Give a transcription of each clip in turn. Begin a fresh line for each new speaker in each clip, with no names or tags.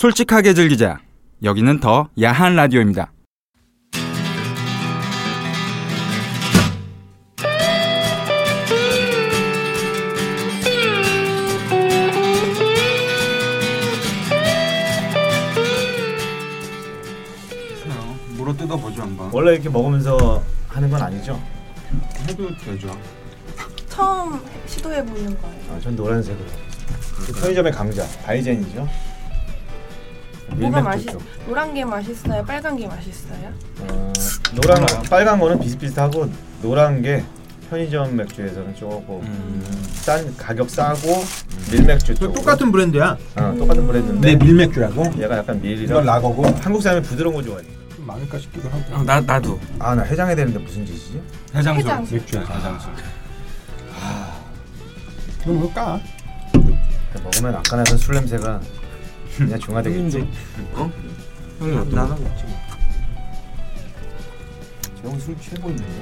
솔직하게 즐기자. 여기는 더 야한 라디오입니다. 물어 뜯어보죠 한번.
원래 이렇게 먹으면서 하는 건 아니죠?
해도 되죠.
처음 시도해 보는 거예요.
아, 전 노란색으로. 그 편의점의 강자, 바이젠이죠?
뭐가
밀맥
맛있?
좋죠.
노란 게 맛있어요? 빨간 게 맛있어요?
어, 노란, 빨간 거는 비슷비슷하고 노란 게 편의점 맥주에서는 조금 음. 싼 가격 싸고 밀맥주
저
쪽
똑같은 브랜드야.
어, 똑같은 브랜드인데
내 밀맥주라고.
얘가 약간 밀이라
이건 라거고
한국 사람이 부드러운 거 좋아해.
좀 많을까 싶기도 하고.
어, 나 나도
아 나 해장해야 되는데 무슨 짓이지?
해장소.
해장.
맥주야.
해장소.
아. 그럼 그거 까.
그러니까 먹으면 아까 나던 술 냄새가 그냥 중화되겠지.
형님 나도.
저형 술 최고 있는데.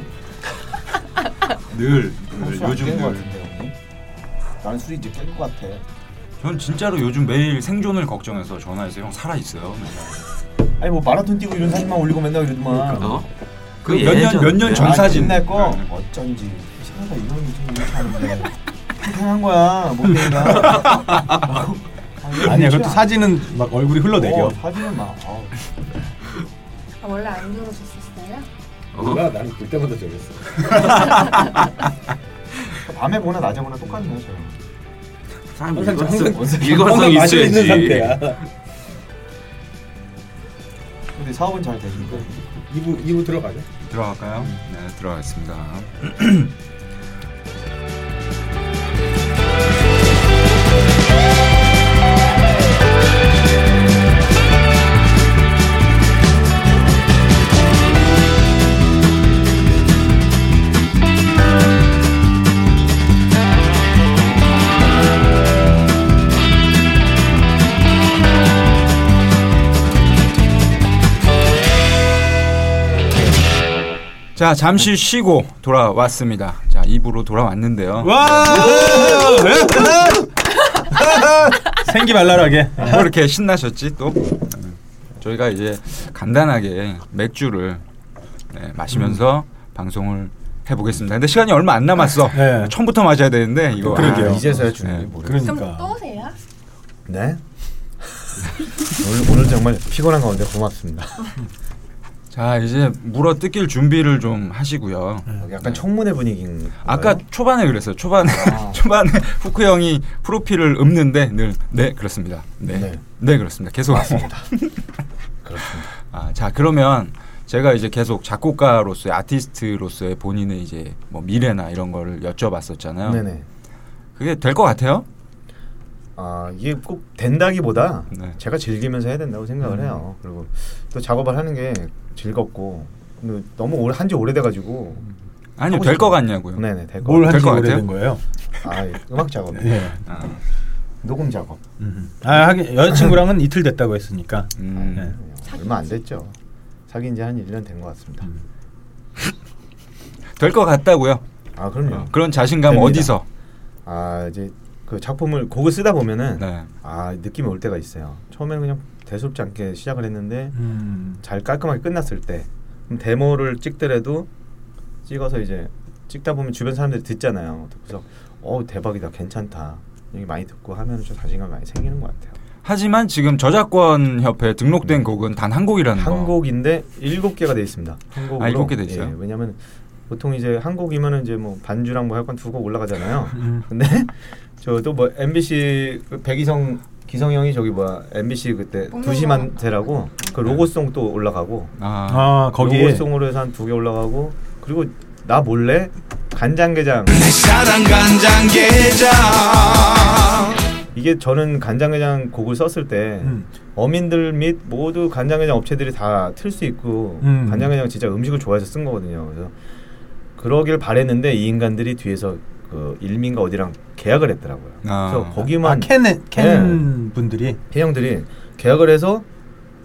늘, 늘
술
요즘
요즘 거
늘.
같은데 형님. 나는 술이 이제 깰것 같아.
전 진짜로 요즘 매일 생존을 걱정해서 전화해서 형 살아 있어요. 맨날.
아니 뭐 마라톤 뛰고 이런 사진만 올리고 맨날 이러더만.
그
아,
몇년몇
예.
년 전 사진.
옛날 거
네.
어쩐지 이상하다 이런 이런 사람인데 평평한 거야 목소리가.
아니야. 그것도 사진은 막 얼굴이 흘러내려.
어, 사진은 막. 어.
아, 원래 안 들어줬었어요?
몰라. 나는 볼 때마다 저랬어.
밤에 보나 낮에 보나 똑같네 저.
항상 항상
일관성
마실 있는
있어야지.
상태야.
근데 사업은 잘 되니까.
이부 이부 들어가자.
들어갈까요? 네, 들어가겠습니다.
자 잠시 쉬고 돌아왔습니다. 자 입으로 돌아왔는데요.
와. 생기 발랄하게.
뭐 이렇게 신나셨지 또? 음, 저희가 이제 간단하게 맥주를 네, 마시면서 방송을 해보겠습니다. 근데 시간이 얼마 안 남았어.
음. 네.
처음부터 맞아야 되는데 이거. 아,
그러게요.
이제서야 주는 게
네.
뭐래.
그럼 또
그러니까.
오세요?
네. 오늘 오늘 정말 피곤한 가운데 고맙습니다.
자 이제 물어 뜯길 준비를 좀 하시고요.
음.
약간 청문회 분위기인.
아까 초반에 그랬어요. 아. 초반에 초반에 후크 형이 프로필을 읊는데 늘 네 그렇습니다. 네. 네.
네.
그렇습니다. 계속 맞습니다. 그렇습니다. 아, 자 그러면 제가 이제 계속 작곡가로서의 아티스트로서의 본인의 이제 뭐 미래나 이런 거를 여쭤봤었잖아요.
네네.
그게 될 것 같아요?
아 이게 꼭 된다기보다
네.
제가 즐기면서 해야 된다고 생각을 해요. 그리고 또 작업을 하는 게 즐겁고 근데 너무 오래 한지 오래돼가지고
아니요
하고
될
싶어요.
것 같냐고요.
네네 될 거.
뭘
될것
한지
같아요?
오래된 거예요?
아 예. 음악 작업,
예.
녹음 작업
아 하긴 여자친구랑은 이틀 됐다고 했으니까.
음.
네.
아, 예, 얼마 안 됐죠. 사귄 지 한1년 된 것 같습니다.
될 것 같다고요.
아 그럼요.
그런 자신감
됩니다.
어디서?
아 이제 그 작품을 곡을 쓰다 보면은
네.
아 느낌이 올 때가 있어요. 처음에는 그냥 대수롭지 않게 시작을 했는데
음.
잘 깔끔하게 끝났을 때 그럼 데모를 찍더라도 찍어서 이제 찍다 보면 주변 사람들이 듣잖아요. 그래서 어 대박이다 괜찮다 이렇게 많이 듣고 하면 좀 자신감 이 많이 생기는 것 같아요.
하지만 지금 저작권 협회에 등록된 곡은 단 네. 한 곡이라는 거.
한 곡인데 일곱 개가 돼 있습니다. 한 곡으로.
음, 뭐. 아, 일곱 개돼 있어요?
예, 왜냐면 보통 이제 한 곡이면은 이제 뭐 반주랑 뭐 할 건 두 곡 올라가잖아요.
음.
근데 저도 뭐 MBC 그 백이성 기성 형이 저기 뭐야 MBC 그때
뽕
두시만 되라고 그
네.
로고송 또 올라가고
아,
아 거기에
로고송으로 해서 한 두 개 올라가고 그리고 나 몰래 간장게장 이게 저는 간장게장 곡을 썼을 때
음.
어민들 및 모두 간장게장 업체들이 다 틀 수 있고
음.
간장게장 진짜 음식을 좋아해서 쓴 거거든요. 그래서 그러길 바랬는데 이 인간들이 뒤에서 그 일민과 어디랑 계약을 했더라고요.
아.
아,
그래서 거기만
캔, 캔 분들이
해영들이 계약을 해서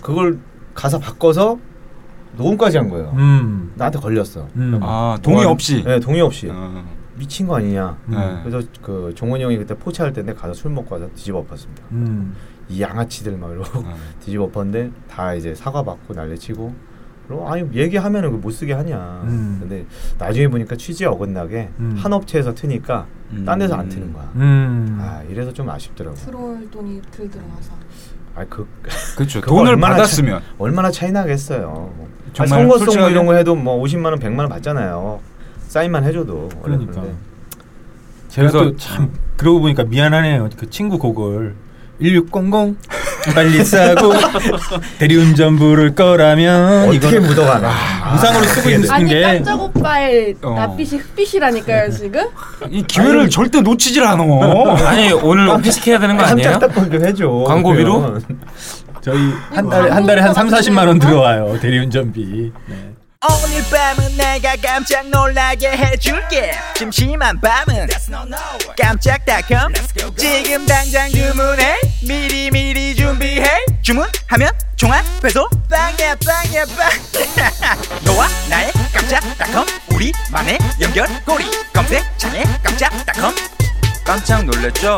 그걸 가사 바꿔서 녹음까지 한 거예요.
음.
나한테 걸렸어.
음.
아 동의
뭐한-
없이.
네, 음. 동의 없이.
어.
미친 거 아니냐.
네.
그래서 그 종원이 형이 그때 포차할 때인데 가서 술 먹고 와서 뒤집어 엎었습니다.
음.
이 양아치들 막 이러고
네.
뒤집어 엎었는데 다 이제 사과 받고 난리치고 그리고 아니 얘기하면은 그못 쓰게 하냐.
음.
근데 나중에 보니까 취지에 어긋나게
음.
한 업체에서 트니까 딴 데서 안
음.
트는 거야.
음.
아 이래서 좀 아쉽더라고.
들어올 돈이 덜 들어와서.
아그
그렇죠.
그거
돈을
얼마나
받았으면
얼마나 차이 나겠어요. 뭐. 아니,
정말
선거송 뭐
솔직하게-
이런 거 해도 뭐 50만 원, 100만 원 받잖아요. 사인만 해줘도 원래
그러니까.
그런데.
제가
그래서-
또 참 그러고 보니까 미안하네요. 그 친구 곡을 1600 빨리 싸고 대리운전 부를 거라면
어떻게
이거는 아,
묻어가나.
무상으로 쓰고 있는
아니
게
깜짝 오빠의
어.
낯빛이 흑빛이라니까요 지금.
이 기회를 절대 놓치질 않아.
아니 오늘 회식해야 되는 거 아니에요?
깜짝답건 좀 해줘.
광고비로?
그러면.
저희
음,
한 달에 한 달에 한 3, 40만 원 들어와요. 대리운전비. 네.
오늘 밤은 내가 깜짝 놀라게 해줄게 심심한 밤은 깜짝닷컴 지금 당장 주문해 미리미리 준비해 주문하면
ah,
종합 배송 빵야 빵야 빵 너와
ah,
나의 깜짝닷컴 우리만의 연결고리 검색창에 깜짝닷컴 깜짝 놀랬죠?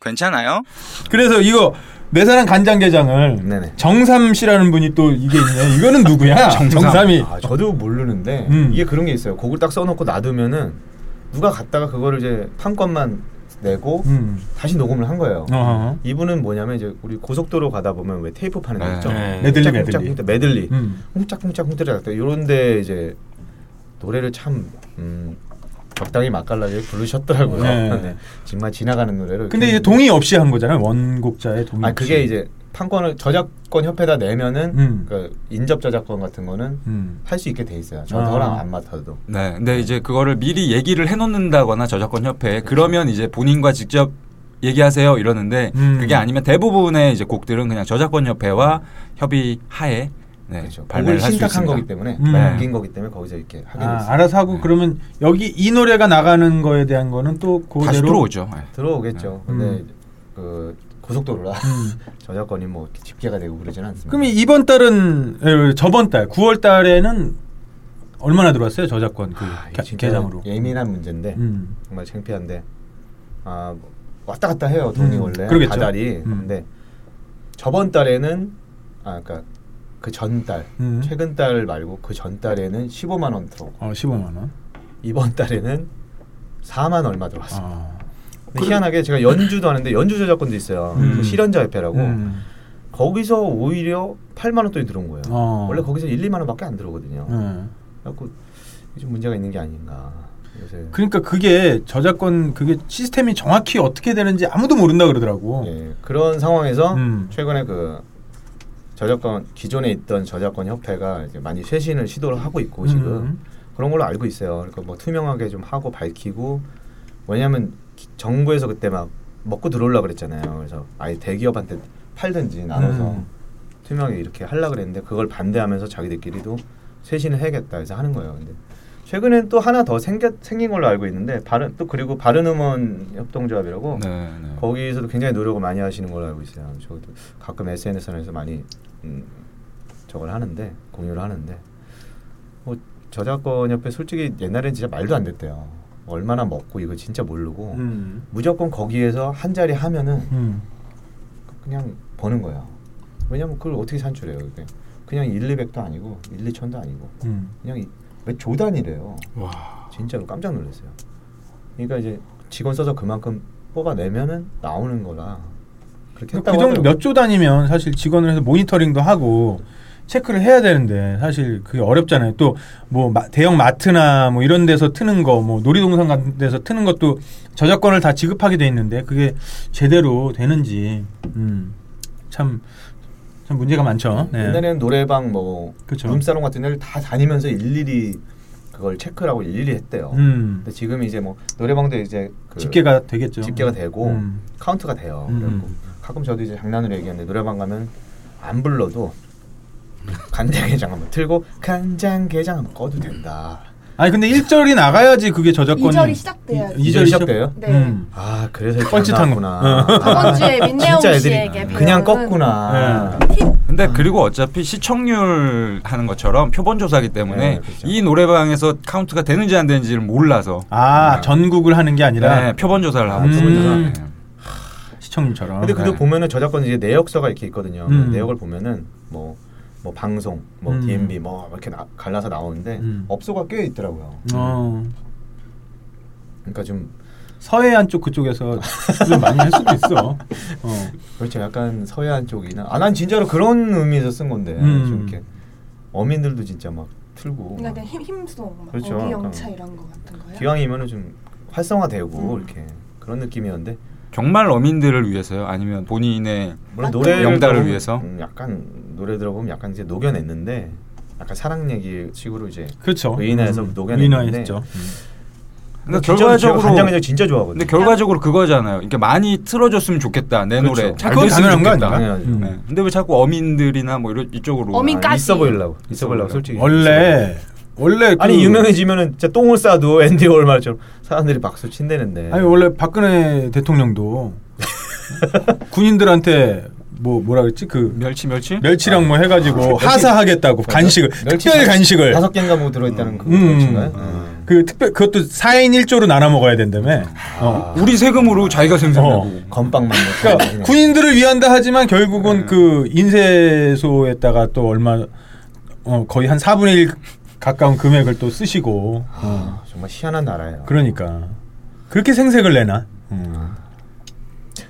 괜찮아요?
그래서 이거 내 사랑 간장게장을
네네.
정삼 씨라는 분이 또 이게 있네. 이거는 누구야? 정삼. 이
아, 저도 모르는데
음.
이게 그런 게 있어요. 곡을 딱 써놓고 놔두면은 누가 갔다가 그거를 이제 판권만 내고
음.
다시 녹음을 한 거예요.
어허.
이분은 뭐냐면 이제 우리 고속도로 가다 보면 왜 테이프 파는 거
네.
있죠?
네.
메들리,
짝꿍짝꿍
메들리.
메들리.
음.
쿵짝쿵짝쿵 때려놨다 이런데 이제 노래를 참 음, 적당히 맛깔나게 부르셨더라고요.
네.
네. 정말 지나가는 노래를.
근데 이제 동의 없이 한 거잖아요. 원곡자의 동의
아
없이.
그게 이제 판권을 저작권 협회에다 내면은
음.
그 인접 저작권 같은 거는
음.
할 수 있게 돼 있어요. 저랑
아.
안 맡아도.
네. 근데 이제 그거를 미리 얘기를 해놓는다거나 저작권
그렇죠.
협회에 그러면 이제 본인과 직접 얘기하세요 이러는데
음.
그게 아니면 대부분의 이제 곡들은 그냥 저작권 협회와 협의 하에 네,
그렇죠. 곡을
발매를 할 수 있습니다.
신탁한 거기 때문에
음.
맡긴 거기 때문에 거기서 이렇게 하게 돼
아,
있어요. 네.
알아서 하고 그러면 여기 이 노래가 나가는 거에 대한 거는 또
다시
그대로
들어오죠. 네.
들어오겠죠.
음.
근데 그 고속도로라
음.
저작권이 뭐 이렇게 집계가 되고 그러진 않습니다.
그럼 이번 달은 에, 저번 달 9월 달에는 얼마나 들어왔어요? 저작권 그
아, 이게
개-
진짜
계장으로.
예민한 문제인데
음.
정말 창피한데 아, 왔다 갔다 해요 돈이
음,
원래
그러겠죠.
다달이
음.
근데 저번 달에는 아 그러니까 그 전 달
음.
최근 달 말고 그 전 달에는 15만 원 들어오고
어, 15만 원.
이번 달에는 4만 얼마 들어왔어요.
아.
근데 네, 희한하게 제가 연주도 하는데 연주 저작권도 있어요.
음.
그 실현자 협회라고
음.
거기서 오히려 8만 원 돈이 들어온 거예요.
어.
원래 거기서 1, 2만 원밖에 안 들어오거든요.
음.
그래갖고 이게 좀 문제가 있는 게 아닌가. 요새
그러니까 그게 저작권 그게 시스템이 정확히 어떻게 되는지 아무도 모른다 그러더라고.
예, 그런 상황에서
어. 음.
최근에 그 저작권 기존에 있던 저작권 협회가 이제 많이 쇄신을 시도를 하고 있고 뭐 지금
음.
그런 걸로 알고 있어요. 그러니까 뭐 투명하게 좀 하고 밝히고 왜냐하면 기- 정부에서 그때 막 먹고 들어올라 그랬잖아요. 그래서 아예 대기업한테 팔든지 나눠서
음.
투명하게 이렇게 하려 그랬는데 그걸 반대하면서 자기들끼리도 쇄신을 해야겠다 해서 하는 거예요. 근데 최근엔 또 하나 더 생겨, 생긴 걸로 알고 있는데 바른 또 그리고 바른음원 협동조합이라고
네, 네.
거기에서도 굉장히 노력을 많이 하시는 걸로 알고 있어요. 저도 가끔 SNS에서 많이 음, 저걸 하는데 공유를 하는데 뭐 저작권 협회 솔직히 옛날엔 진짜 말도 안 됐대요. 얼마나 먹고 이거 진짜 모르고
음.
무조건 거기에서 한 자리 하면은
음.
그냥 버는 거예요. 왜냐면 그걸 어떻게 산출해요? 그게 그냥 1, 200도 아니고 1, 2천도 아니고
음.
그냥 이- 왜 조단이래요.
와.
진짜로 깜짝 놀랐어요. 그러니까 이제 직원 써서 그만큼 뽑아내면은 나오는 거라 그렇게
그
했다고
정도
하더라고요.
몇조 단위면 사실 직원을 해서 모니터링도 하고 체크를 해야 되는데 사실 그게 어렵잖아요. 또 뭐 대형 마트나 뭐 이런 데서 트는 거, 뭐 놀이동산 같은 데서 트는 것도 저작권을 다 지급하게 돼 있는데 그게 제대로 되는지 음, 참참 문제가 많죠. 네.
음, 옛날에는 노래방 뭐
그쵸.
룸사롱 같은 데를 다 다니면서 일일이 그걸 체크하고 일일이 했대요.
음,
근데 지금 이제 뭐 노래방도 이제 그
집계가 되겠죠.
집계가 되고
음.
카운트가 돼요.
음.
그래갖고 가끔 저도 이제 장난으로 얘기하는데 노래방 가면 안 불러도 간장게장 한번 틀고 간장게장 한번 꺼도 된다.
아니 근데 1절이 나가야지 그게 저작권이
이절이 시작돼야지.
이- 음.
이절이
이절이
시작돼요?
네.
아 그래서 이렇게
뻘짓한
안
거.
나왔구나. 아,
저번 주에 민내옹
진짜 애들이
씨에게
그냥
배우는-
껐구나.
근데
아.
그리고 어차피 시청률 하는 것처럼 표본 조사기 때문에
네, 그렇죠.
이 노래방에서 카운트가 되는지 안 되는지를 몰라서
네.
아 전국을 하는 게 아니라
네, 표본 조사를 하고
음.
표본 조사. 네.
시청률처럼.
근데 그거
네.
보면은 저작권 이제 내역서가 이렇게 있거든요.
음.
내역을 보면은 뭐. 뭐 방송, 뭐
음.
DMB, 뭐 이렇게 나, 갈라서 나오는데
음.
업소가 꽤 있더라고요.
어.
그러니까 좀
서해안 쪽 그쪽에서 좀 많이 할 수도 있어. 어.
그렇죠. 약간 서해안 쪽이나 아 난 진짜로 그런 의미에서 쓴 건데
음.
좀 이렇게 어민들도 진짜 막 틀고 막
그러니까 힘 힘송, 막
그렇죠.
어기영차
약간
이런 거 같은 거요.
기왕이면은 좀 활성화되고
음.
이렇게 그런 느낌이었는데
정말 어민들을 위해서요? 아니면 본인의
물론
아,
네.
노래 음,
영달을 위해서?
약간 노래 들어보면 약간 이제 녹여냈는데 약간 사랑 얘기 식으로 이제
그렇죠.
의인화해서 녹여냈는데
의인화했죠.
근데 그러니까
진짜
결과적으로
제가 간장게장 진짜 좋아하거든요.
네.
근데 결과적으로 그거잖아요. 이렇게 많이 틀어줬으면 좋겠다 내
그렇죠.
노래 잘
그건
됐으면
당연한 거
좋겠다.
아닌가요?
당연하죠.
음.
네. 근데 왜 자꾸 어민들이나 뭐 이런 이쪽으로
어민까지.
아, 있어 보이려고 있어 보이려고
있어
솔직히
그렇죠. 원래 원래 그-
아니 유명해지면은 진짜 똥을 싸도 앤디 월말처럼 사람들이 박수 친대는데
아니 원래 박근혜 대통령도 군인들한테 뭐 뭐라 그랬지 그
멸치 멸치?
멸치랑 뭐
아,
해가지고 하사하겠다고 간식을 특별 간식을
다섯 개인가 뭐 들어있다는 그거
음.
인가요
그 특별 그것도 4인 1조로 나눠 먹어야 된다며.
아.
어.
아. 우리 세금으로 자기가 생산하고
어.
건빵만
그러니까
먹고
군인들을 위한다 하지만 결국은 그 인쇄소에다가 또 얼마 어, 거의 한 4분의 1 가까운 금액을 또 쓰시고 어.
아, 정말 희한한 나라예요.
그러니까 그렇게 생색을 내나? 음.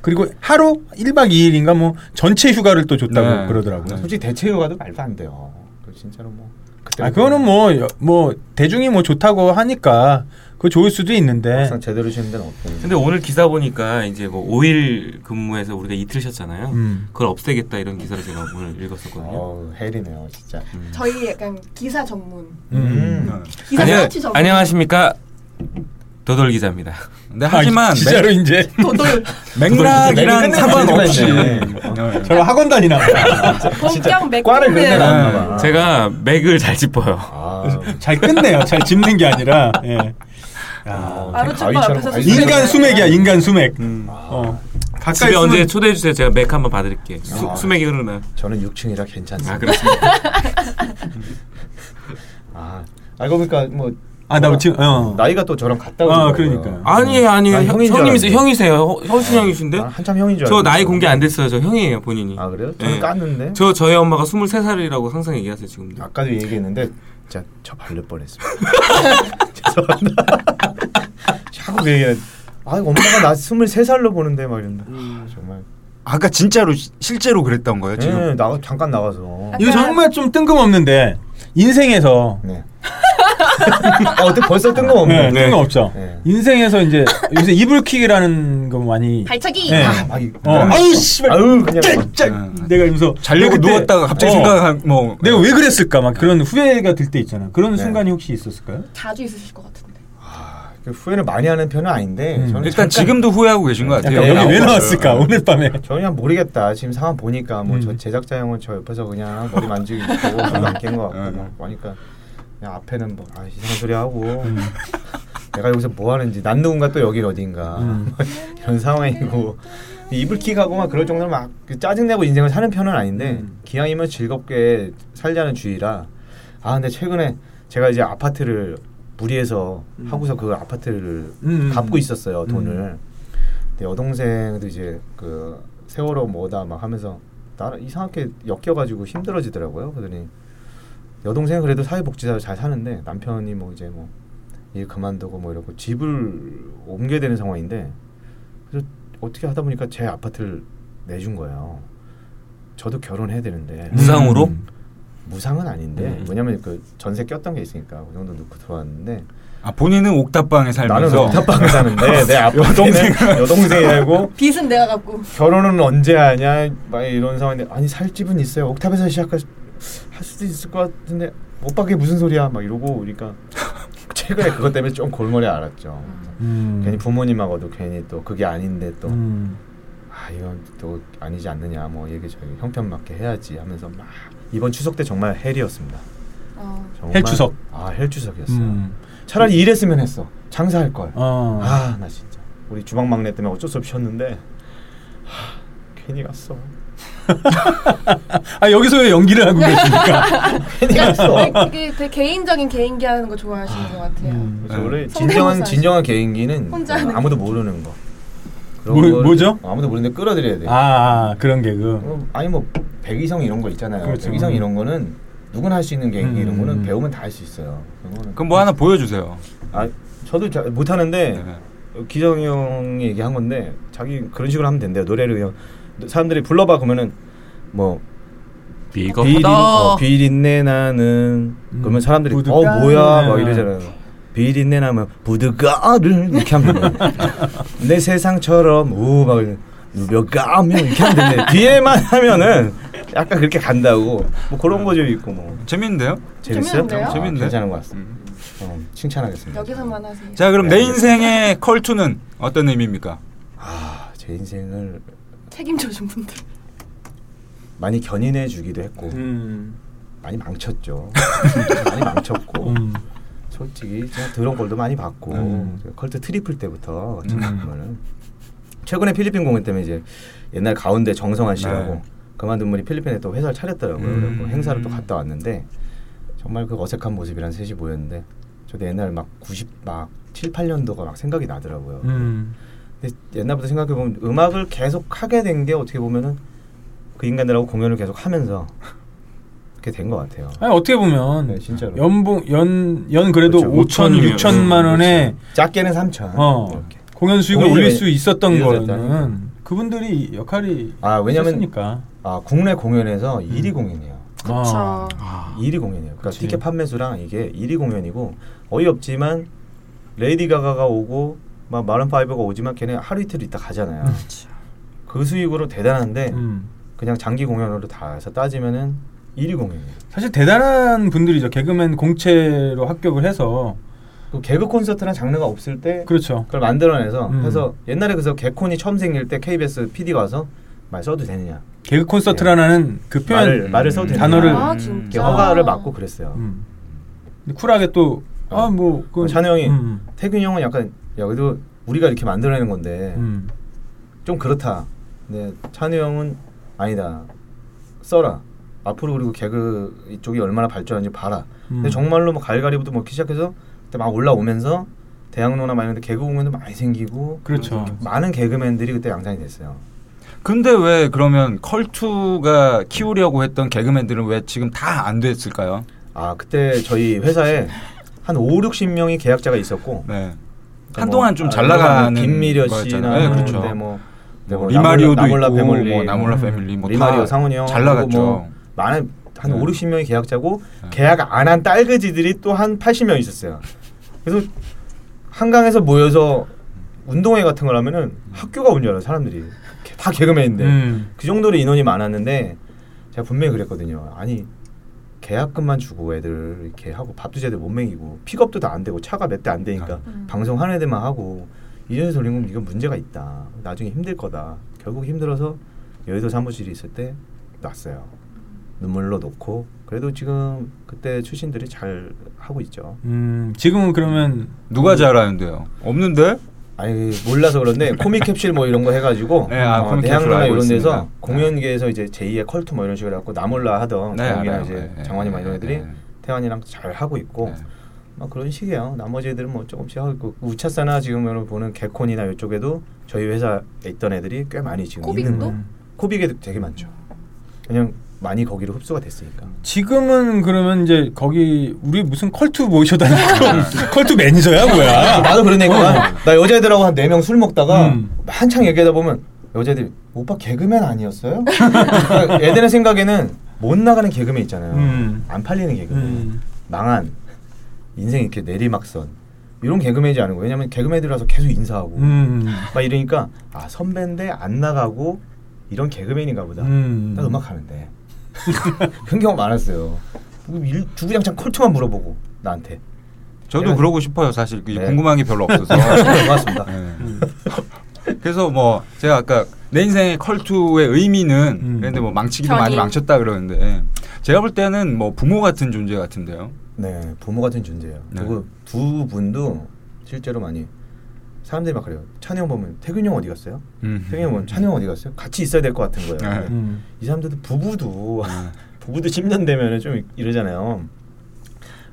그리고 하루 1박 2일인가 뭐 전체 휴가를 또 줬다고
네.
그러더라고요.
솔직히 대체 휴가도 말도 안 돼요. 그 진짜로 뭐 그때
아 그거는 뭐 뭐 대중이 뭐 좋다고 하니까 그거 좋을 수도 있는데
막상 제대로 쉬는 데는 없고.
근데 오늘 기사 보니까 이제 뭐 5일 근무해서 우리가 이틀 쉬었잖아요.
음.
그걸 없애겠다 이런 기사를 제가 오늘 읽었었거든요. 음.
어 헬이네요 진짜.
저희 약간 기사 전문,
음.
음.
기사 설치 전문.
안녕하십니까 도돌 기자입니다.
근데 하지만
아, 진짜로 이제
도돌
맥락이랑
맥락이
상관없이
끝내는
네.
저 학원 다니나
본격
과를 그런데
맥주맨.
나왔나 봐.
네. 제가 맥을 잘 짚어요.
아,
음.
잘 끝내요. 잘 짚는 게 아니라 예.
아,
아로치파
가위처럼
옆에서
가위.
인간 수맥이야 인간 수맥. 어. 가까이
집에
숨은-
언제 초대해 주세요. 제가 맥 한번 받을게.
아.
수, 수맥이 흐르나.
저는 6층이라 괜찮습니다.
아 그렇습니다.
아, 알고 보니까 뭐
아, 나 지금 어.
나이가 또 저랑 같다고.
아,
그러더라고요. 음.
그러니까.
아니에요, 아니에요.
난 형인 줄
형님이세요.
알았는데.
형이세요. 허- 허순 형이신데.
난 한참 형인 줄
저
알았는데.
나이 공개 안 됐어요. 저 형이에요, 본인이.
아 그래요? 저는
예.
깠는데
저 저희 엄마가 23살이라고 항상 얘기하세요, 지금도.
아까도 얘기했는데 진짜 저 발릴 뻔했습니다. 죄송합니다. 자꾸 그 얘기해. 아 엄마가 나 23살로 보는데 막 이런다.
음.
아, 정말.
아까 진짜로 시- 실제로 그랬던
아,
거예요 지금?
예, 나 잠깐 나가서.
이거 정말 좀 뜬금없는데 인생에서
네. 어, 근데 벌써
네,
뜬금없네.
뜬금없죠.
네.
인생에서 이제 요새 이불킥이라는 거 많이
발차기.
네.
아, 막 이-
어, 아유 씨발
아유 그냥 막
짝
네.
내가 이러면서
자려고
내가 그때-
누웠다가 갑자기
어,
생각한 뭐
내가 왜 그랬을까 막 그런 후회가 들 때 있잖아. 그런
네.
순간이 혹시 있었을까요?
자주 있으실 것 같은데.
그 후회를 많이 하는 편은 아닌데
음.
저는
일단
잠깐-
지금도 후회하고 계신 것 같아요.
약간 여기 왜
나온
나왔을까
거를.
오늘 밤에
저는 그냥 모르겠다. 지금 상황 보니까 뭐 저
네. 음.
제작자 형은 저 옆에서 그냥 머리 만지고 있고 별로 안깬것
네.
같고 막 보니까 그냥 앞에는 뭐 아, 이상한 소리 하고
음.
내가 여기서 뭐 하는지 난 누군가 또 여길 어딘가
음.
이런 상황이고 이불킥하고 막 그럴 정도로 막그 짜증내고 인생을 사는 편은 아닌데
음.
기왕이면 즐겁게 살자는 주의라 아 근데 최근에 제가 이제 아파트를 무리해서 하고서 그 아파트를
음.
갚고 있었어요 돈을 근데 여동생도 이제 그 세월호 뭐다 막 하면서 나 이상하게 엮여가지고 힘들어지더라고요. 그러더니 여동생은 그래도 사회복지사로 잘 사는데 남편이 뭐 이제 뭐 일 그만두고 뭐 이러고 집을 옮겨야 되는 상황인데 그래서 어떻게 하다 보니까 제 아파트를 내준 거예요. 저도 결혼해야 되는데
무상으로?
음. 무상은 아닌데
음.
왜냐면 그 전세 꼈던 게 있으니까 그 정도 넣고 들어왔는데
아, 본인은 옥탑방에
나는
살면서
옥탑방을 사는데 내 아파트는 여동생이 살고
빚은 내가 갚고.
결혼은 언제 하냐 막 이런 상황인데 아니 살 집은 있어요 옥탑에서 시작할 수- 할 수도 있을 것 같은데 오빠 그게 무슨 소리야 막 이러고 그러니까 최근에 그것 때문에 좀 골머리 앓았죠
음.
괜히 부모님하고도 괜히 또 그게 아닌데 또
음.
아 이건 또 아니지 않느냐 뭐 얘기 저희 형편맞게 해야지 하면서 막 이번 추석 때 정말 헬이었습니다
어.
정말-
헬 추석.
아 헬추석이었어요
음.
차라리 일했으면 했어 장사할 걸
어.
아 나 진짜 우리 주방 막내 때문에 어쩔 수 없이 쉬었는데 하, 괜히 갔어
아 여기서 왜 연기를 하고 계십니까?
괜히 갔어
되게, 되게, 되게 개인적인 개인기 하는 거 좋아하시는 것 같아요.
음.
그래서 원래
네. 성대모사
진정한
하시죠.
진정한 개인기는
혼자 하는
아무도 모르는 거 그런
뭐-
걸
뭐죠?
아무도 모르는데 끌어들여야 돼.
아, 아, 그런 개그.
어, 아니 뭐 백이성 이런 거 있잖아요.
그렇죠.
백이성 이런 거는 누구나 할 수 있는 개그 이런
음.
거는 배우면 다 할 수 있어요. 그런 거는.
그럼 뭐 하나 보여주세요.
아 저도 잘 못하는데
네.
어, 기정이 형이 얘기한 건데 자기 그런 식으로 하면 된대요. 노래를 그냥 사람들이 불러봐 그러면 뭐 비린, 어, 비린내 나는 그러면 사람들이 어
부드러운.
뭐야 막 이러잖아요. 비린내 나면 부드가를 이렇게 하면 돼요. 내 세상처럼 우막 누벼가면 이렇게 하면 되는데 뒤에만 하면은 약간 그렇게 간다고 뭐 그런 거좀 있고 뭐
재밌는데요?
재밌어요?
재밌는데요?
아,
재밌네.
괜찮은 것 같습니다. 어, 칭찬하겠습니다.
여기서만 하세요.
자 그럼
네,
내 인생의 컬투는 어떤 의미입니까?
아, 제 인생을
책임져준 분들.
많이 견인해 주기도 했고
음.
많이 망쳤죠. 많이 망쳤고
음.
솔직히 제가 드런 골도 많이 받고
음.
제가 컬트 트리플 때부터 어떻게 보면은 최근에 필리핀 공연 때문에 이제 옛날 가운데 정성환 씨라고
네.
그만둔 분이 필리핀에 또 회사를 차렸더라고요.
음.
그래서 행사를 또 갔다 왔는데 정말 그 어색한 모습이란 셋이 모였는데 저도 옛날 막 90 막 7, 8년도가 막 생각이 나더라고요.
음.
근데 옛날부터 생각해 보면 음악을 계속 하게 된 게 어떻게 보면은 그 인간들하고 공연을 계속 하면서 그렇게 된 것 같아요.
아니 어떻게 보면
네, 진짜로.
연봉 연 연 그래도
그렇죠.
5천
5천이면.
6천만 원에
작게는 3천.
어.
이렇게.
공연 수익을
그렇죠. 공연이
올릴
왜-
수 있었던
이어졌다니까.
거는 그분들이 이 역할이
아, 왜냐면-
있었으니까.
아 국내 공연에서 1위 공연이에요.
어.
그렇죠.
1위 공연이에요. 그러니까
음. 아. 그치.
티켓 판매 수랑 이게 1위 공연이고 어이없지만 레이디 가가가 오고 막 마룬 파이브가 오지만 걔네 하루 이틀 있다 가잖아요. 그 수익으로 대단한데
음.
그냥 장기 공연으로 다 해서 따지면은 1위 공연이에요.
사실 대단한 분들이죠. 개그맨 공채로 합격을 해서
그 개그 콘서트랑 장르가 없을 때
그렇죠.
그걸 만들어내서
음.
그래서 옛날에 그래서 개콘이 처음 생길 때 KBS PD가 와서 말 써도 되느냐
개그 콘서트라는 그 표현
네. 말을 말을 써도 되느냐
단어를-
아
이렇게
진짜.
허가를 받고 그랬어요.
음. 근데 쿨하게 또 아 뭐
어,
그
찬우 형이 태균 형은 약간 야 그래도 우리가 이렇게 만들어내는 건데
음.
좀 그렇다. 근데 찬우 형은 아니다. 써라. 앞으로 그리고 개그 이쪽이 얼마나 발전하는지 봐라. 근데
음.
정말로 뭐 갈갈이부터 먹기 시작해서 그때 막 올라오면서 대학로나 많이 있는데 개그 공연도 많이 생기고
그렇죠.
많은 개그맨들이 그때 양산이 됐어요.
근데 왜 그러면 컬투가 키우려고 했던 개그맨들은 왜 지금 다 안 됐을까요?
아 그때 저희 회사에 한 5, 60명이 계약자가 있었고
네.
그러니까
한동안
뭐
좀
아,
잘 나가는
김미려
거였잖아요.
씨나
네,
뭐
그렇죠.
근데 뭐, 근데
뭐
뭐
리마리오도
나몰라
있고
패밀리, 음.
뭐 나몰라 패밀리 뭐
리마리오
다
상훈이 형
잘
그리고
나갔죠.
뭐 많은 한
네.
5, 60명이 계약자고
네.
계약 안 한 딸그지들이 또 한 80명 있었어요. 그래서 한강에서 모여서 운동회 같은 걸 하면은
음.
학교가 온 줄 알아요 사람들이 개- 다 개그맨인데
음.
그 정도로 인원이 많았는데 제가 분명히 그랬거든요. 아니 계약금만 주고 애들 이렇게 하고 밥도 제대로 못 먹이고 픽업도 다 안 되고 차가 몇 대 안 되니까
음.
방송 하는 애들만 하고 이전에 돌린 건 이건 문제가 있다. 나중에 힘들 거다. 결국 힘들어서 여의도 사무실이 있을 때 났어요. 눈물로 놓고 그래도 지금 그때 출신들이 잘 하고 있죠.
음. 지금은 그러면
누가 잘하는데요? 없는데?
아니 몰라서 그런데 코믹 캡슐 뭐 이런 거 해가지고
네, 아,
어,
코믹 캡슐
대학로나
알고
이런 데서
있습니다.
공연계에서 이제 제2의 컬투 뭐 이런 식으로 해갖고 나몰라 하던
네,
어, 정욱이랑
알아요.
이제
네,
장환이 막
네,
이런 애들이
네.
태환이랑 잘 하고 있고
네.
막 그런 식이에요. 나머지 애들은 뭐 조금씩 하고 있고 우차사나 지금 여러분 보는 개콘이나 이쪽에도 저희 회사에 있던 애들이 꽤 많이 지금 있는
코빅도?
거예요.
음.
코빅에도 되게 많죠. 그냥 많이 거기로 흡수가 됐으니까.
지금은 그러면 이제 거기 우리 무슨 컬투 모셔 다니고 컬투 매니저야
아,
뭐야?
나도 그러니까 나 여자애들하고 한 네 명 술 먹다가
음.
한창 얘기하다 보면 여자애들이 오빠 개그맨 아니었어요? 그러니까 애들의 생각에는 못 나가는 개그맨 있잖아요.
음.
안 팔리는 개그맨,
음.
망한 인생 이렇게 내리막선 이런 개그맨이지 않은 거예요. 왜냐면 개그맨들이 와서 계속 인사하고
음.
막 이러니까 아 선배인데 안 나가고 이런 개그맨인가 보다.
음.
나 음악 하는데 그런 경우 많았어요. 일- 주구장창 컬투만 물어보고 나한테
저도
내가-
그러고 싶어요. 사실 이
네.
궁금한 게 별로 없어서.
고맙습니다. 음.
네. 그래서 뭐 제가 아까 내 인생의 컬투의 의미는
음.
그런데 뭐 망치기도
전이.
많이 망쳤다 그러는데 예. 제가 볼 때는 뭐 부모 같은 존재 같은데요.
네, 부모 같은 존재예요.
네.
그리고 두 분도 실제로 많이 사람들이 막 그래요. 찬이 형 보면 태균이 형 어디 갔어요?
음.
태균이 형 보면 찬이 형 어디 갔어요? 같이 있어야 될 것 같은 거예요.
네.
음.
이 사람들도 부부도
네.
부부도 10년 되면 좀 이러잖아요.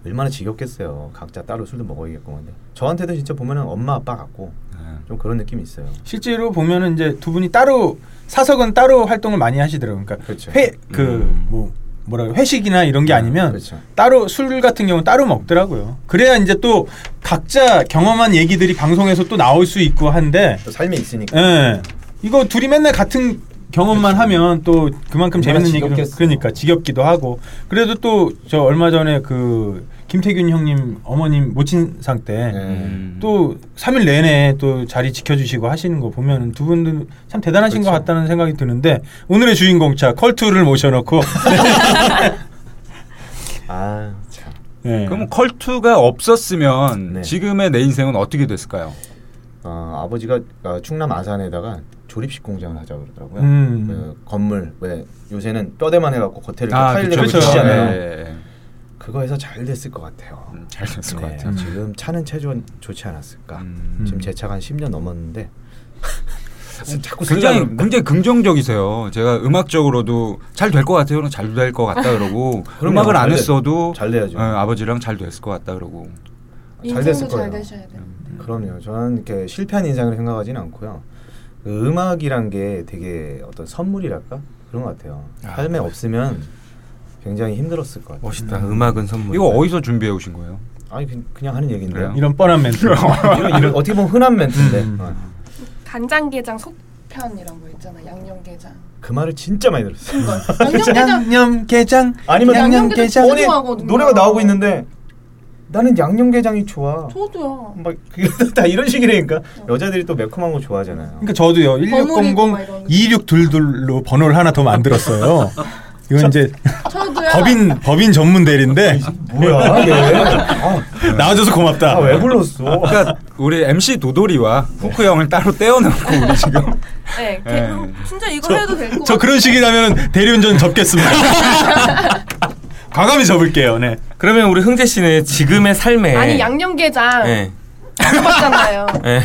얼마나 지겹겠어요. 각자 따로 술도 먹어야겠고 근데 저한테도 진짜 보면은 엄마 아빠 같고
네.
좀 그런 느낌이 있어요.
실제로 보면은 이제 두 분이 따로 사석은 따로 활동을 많이 하시더라고요. 그러니까
그렇죠.
회그
음.
뭐 뭐라 회식이나 이런 게 아니면
그렇죠.
따로 술 같은 경우 는 따로 먹더라고요. 그래야 이제 또 각자 경험한 얘기들이 방송에서 또 나올 수 있고 한데
또 삶이 있으니까.
예. 이거 둘이 맨날 같은 경험만 하면 또 그만큼
그렇죠.
재밌는
얼마나
얘기도
지겹겠어.
그러니까 지겹기도 하고 그래도 또 저 얼마 전에 그 김태균 형님 어머님 모친상 때
네.
또 3일 내내 또 자리 지켜주시고 하시는 거 보면 두 분도 참 대단하신 것
그렇죠.
같다는 생각이 드는데 오늘의 주인공 차 컬투를 모셔놓고
아 참.
네.
그럼 컬투가 없었으면
네.
지금의 내 인생은 어떻게 됐을까요?
어, 아버지가 어, 충남 아산에다가 조립식 공장을 하자 고 그러더라고요.
음.
그 건물 왜 요새는 뼈대만 해갖고 겉에를
아,
그러니까 타일로
그쵸,
그쵸.
붙이잖아요.
예, 예, 예.
그거 해서 잘 됐을 것 같아요.
음, 잘 됐을 것
네,
같아요.
지금 차는 체조는 좋지 않았을까.
음.
지금 제 차가 한 10년 넘었는데 자꾸
굉장히
생각을-
굉장히 긍정적이세요. 제가 음악적으로도 잘 될 것 같아요는 잘 될 것 같다 그러고
그럼요.
음악을
잘
안
돼-
했어도
잘 돼야죠.
예, 아버지랑 잘 됐을 것 같다 그러고
잘
인생도
됐을
잘
거예요. 음.
되셔야 돼요.
음.
그럼요. 저는 이렇게 실패한 인생을 생각하지는 않고요. 그 음악이란 게 되게 어떤 선물이랄까 그런 것 같아요. 삶에 없으면 굉장히 힘들었을
어.
것 같아요.
멋있다. 어, 음악은 선물. 네.
이거 어디서 준비해 오신 거예요?
아니 그- 그냥 하는 얘기인데요.
그래요? 음.
이런 뻔한 멘트
이런, 이런 어떻게 보면 흔한 멘트인데 어.
간장게장 속편 이런 거 있잖아. 양념게장.
그 말을 진짜 많이 들었어요.
양념게장
양념게장
아니면
양념게장
원에
좋아하거든요.
노래가 나오고 있는데 나는 양념게장이 좋아.
저도요.
막 그게 다 이런 식이라니까
어.
여자들이 또 매콤한 거 좋아하잖아요.
그러니까 저도요
버무리고 막 이런
1600 2622로 번호를 하나 더 만들었어요 이건 이제
저도요.
법인 법인 전문 대리인데
뭐야? 얘? 아,
나와줘서 고맙다
아, 왜 불렀어?
그러니까 우리 MC 도돌이와 후크 형을 따로 떼어놓고 우리 지금
아,
네, 개,
예.
그럼 진짜 이거 해도 될 것 같아요.
저 그런 식이라면 대리운전 접겠습니다 과감히 접을게요 네
그러면 우리 흥재 씨는 지금의 삶에
네.
아니 양념게장
예.
먹었잖아요.
예.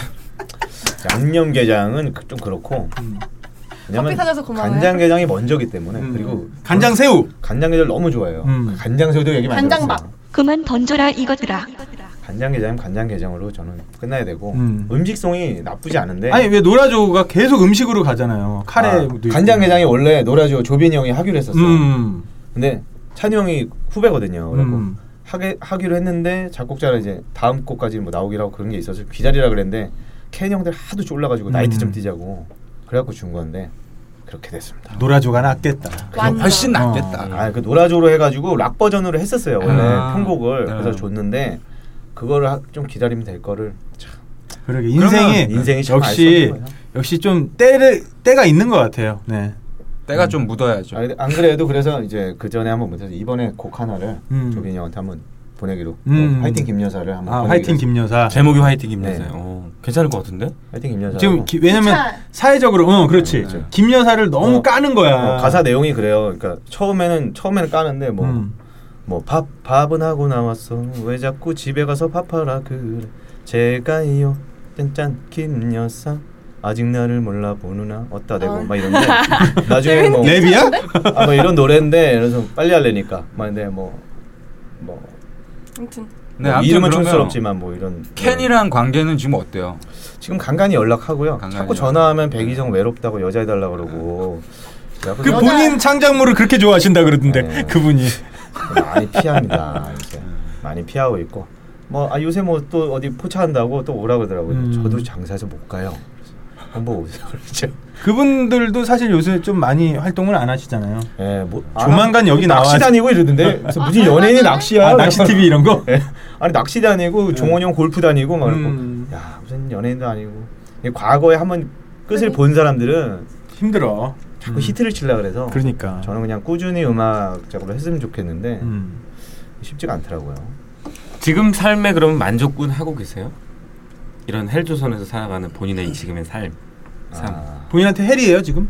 양념게장은 그- 좀 그렇고
음.
커피 사줘서 고마워요.
간장게장이 먼저기 때문에 그리고
간장 새우
간장게장 너무 좋아해요. 그
음.
간장새우도 얘기 많이
간장밥.
들었어요.
그만 던져라 이것들아.
간장게장은 간장게장으로 저는 끝나야 되고
음.
음. 식성이 나쁘지 않은데
아니 왜 노라조가 계속 음식으로 가잖아요.
아,
카레도 있고.
간장게장이 원래 노라조 조빈이 형이 하기로 했었어요.
음.
근데 찬이 형이 후배거든요. 그래서
음.
하게 하기로 했는데 작곡자는 이제 다음 곡까지 뭐 나오기라고 그런 게 있어서 기다리라 그랬는데 켄 형들 하도 졸라가지고 나이트 좀
음.
뛰자고 그래갖고 준 건데 그렇게 됐습니다.
노라조가 낫겠다.
완전.
훨씬
어.
낫겠다.
아 그 노라조로 해가지고 락 버전으로 했었어요 원래
아.
편곡을
네.
그래서 줬는데 그거를 하- 좀 기다리면 될 거를 참
그러게 인생이
그러면 인생이 참 알수
역시
없는 거예요.
역시 좀 때를 때가 있는 것 같아요. 네.
때가 좀 묻어야죠.
아, 근데 안 그래도 그래서 이제 그 전에 한번 못해서 이번에 곡 하나를
음.
조빈이 형한테 한번 보내기로
음.
어, 화이팅 김여사를 한번
아
보내기로
화이팅 김 여사.
제목이 화이팅입니다.
네.
어, 괜찮을 것 같은데?
화이팅 김여사
지금 기- 왜냐면
차.
사회적으로 어 그렇지
네, 그렇죠.
김 여사를 너무
어,
까는 거야.
아.
어, 가사 내용이 그래요. 그러니까 처음에는 처음에는 까는데 뭐
음.
뭐 밥 밥은 하고 나왔어 왜 자꾸 집에 가서 밥하라 그래 제가요 짠짠 김 여사 아직 나를 몰라 보누나 어따 대고
어.
막 이런데 나중에 뭐,
랩이야?
아, 뭐 이런 노래인데 그래서 빨리 할래니까 막 근데 뭐뭐
아무튼
네,
뭐
아무튼 그러면
이름은 촌스럽지만 뭐 이런
켄이랑 관계는 지금 어때요?
뭐 지금 간간히 연락하고요
간간히
자꾸
연락. 네.
전화하면 백이정 외롭다고 여자 해달라 그러고 그래갖고
그
좀
본인 창작물을 그렇게 좋아하신다 그러던데
네.
그분이
많이 피합니다. 이제 많이 피하고 있고 뭐 아, 요새 뭐 또 어디 포차한다고 또 오라 그러더라고요.
음.
저도 장사해서 못 가요. 그래서 한번 오세요. 그렇죠.
그분들도 사실 요새 좀 많이 활동을 안 하시잖아요.
예, 뭐
조만간 여기
낚시
나와서-
다니고 이러던데 그래서 무슨 연예인이 낚시야?
아, 낚시 TV 이런 거.
예. 아니 낚시 다니고 종원이 형 골프 다니고 막 그러고
음.
야 무슨 연예인도 아니고 근데 과거에 한번 끝을 본 사람들은
힘들어.
자꾸 히트를 칠라 그래서
음. 그러니까.
어, 저는 그냥 꾸준히 음악적으로 했으면 좋겠는데
음.
쉽지가 않더라고요.
지금 삶에 그럼 만족은 하고 계세요? 이런 헬조선에서 살아가는 본인의 이 지금의 삶. 삶.
아.
본인한테 헬이에요 지금?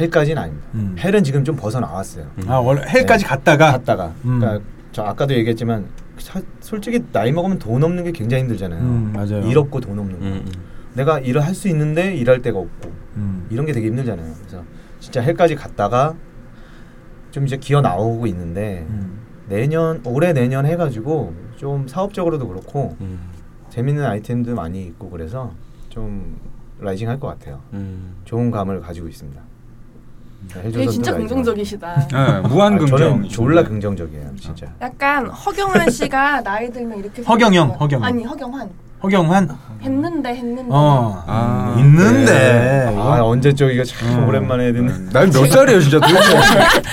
헬까지는 아닙니다.
음.
헬은 지금 좀 벗어나왔어요.
음.
아 원래 헬까지
네.
갔다가
갔다가
음.
그러니까 저 아까도 얘기했지만 사- 솔직히 나이 먹으면 돈 없는 게 굉장히 힘들잖아요.
음, 맞아요.
일 없고 돈 없는 거.
음, 음.
내가 일을 할 수 있는데 일할 데가 없고
음.
이런 게 되게 힘들잖아요. 그래서 진짜 헬까지 갔다가 좀 이제 기어 나오고 있는데
음.
내년 올해 내년 해가지고 좀 사업적으로도 그렇고
음.
재밌는 아이템도 많이 있고 그래서 좀 라이징 할 것 같아요.
음.
좋은 감을 가지고 있습니다. 네,
되게
헬조선도
진짜
라이징.
긍정적이시다.
네, 무한
아,
긍정.
저는 졸라 긍정적이에요, 진짜.
약간 허경환 씨가 나이 들면 이렇게
허경영,
생각해요.
허경영.
아니 허경환
허경환
했는데 했는데
어
아.
있는데
아 음. 언제적 이거 참 오랜만에 듣는.
난몇 살이에요, 진짜 도대체.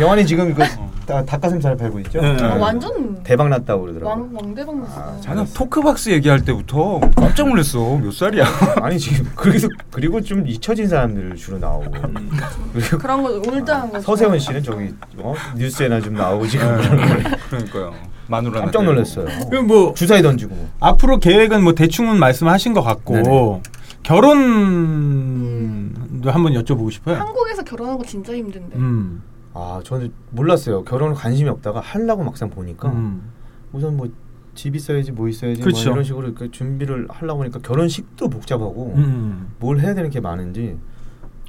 영환이 지금 그 다- 닭가슴살 팔고 있죠?
네.
아, 완전
대박 났다고 그러더라고.
왕 왕대박
아,
났어.
나는 토크박스 얘기할 때부터 깜짝 놀랐어. 몇 살이야?
아니 지금 그래서 그리고 좀 잊혀진 사람들 주로 나오고 그리고
그런 거 올드한 거.
서세원 씨는 저기 어? 뉴스에나 좀 나오고 지금
그러니까요. 마누라
네. 깜짝 놀랐어요.
그럼 뭐
주사위 던지고 뭐.
앞으로 계획은 뭐 대충은 말씀하신 것 같고
네네.
결혼도 한번 여쭤보고 싶어요.
한국에서 결혼하는 거 진짜 힘든데.
음,
아 저는 몰랐어요. 결혼 관심이 없다가 하려고 막상 보니까
그러니까.
음.
우선 뭐 집 있어야지 뭐 있어야지 뭐
그렇죠.
이런 식으로 이렇게 준비를 하려고 하니까 결혼식도
어.
복잡하고
음.
뭘 해야 되는 게 많은지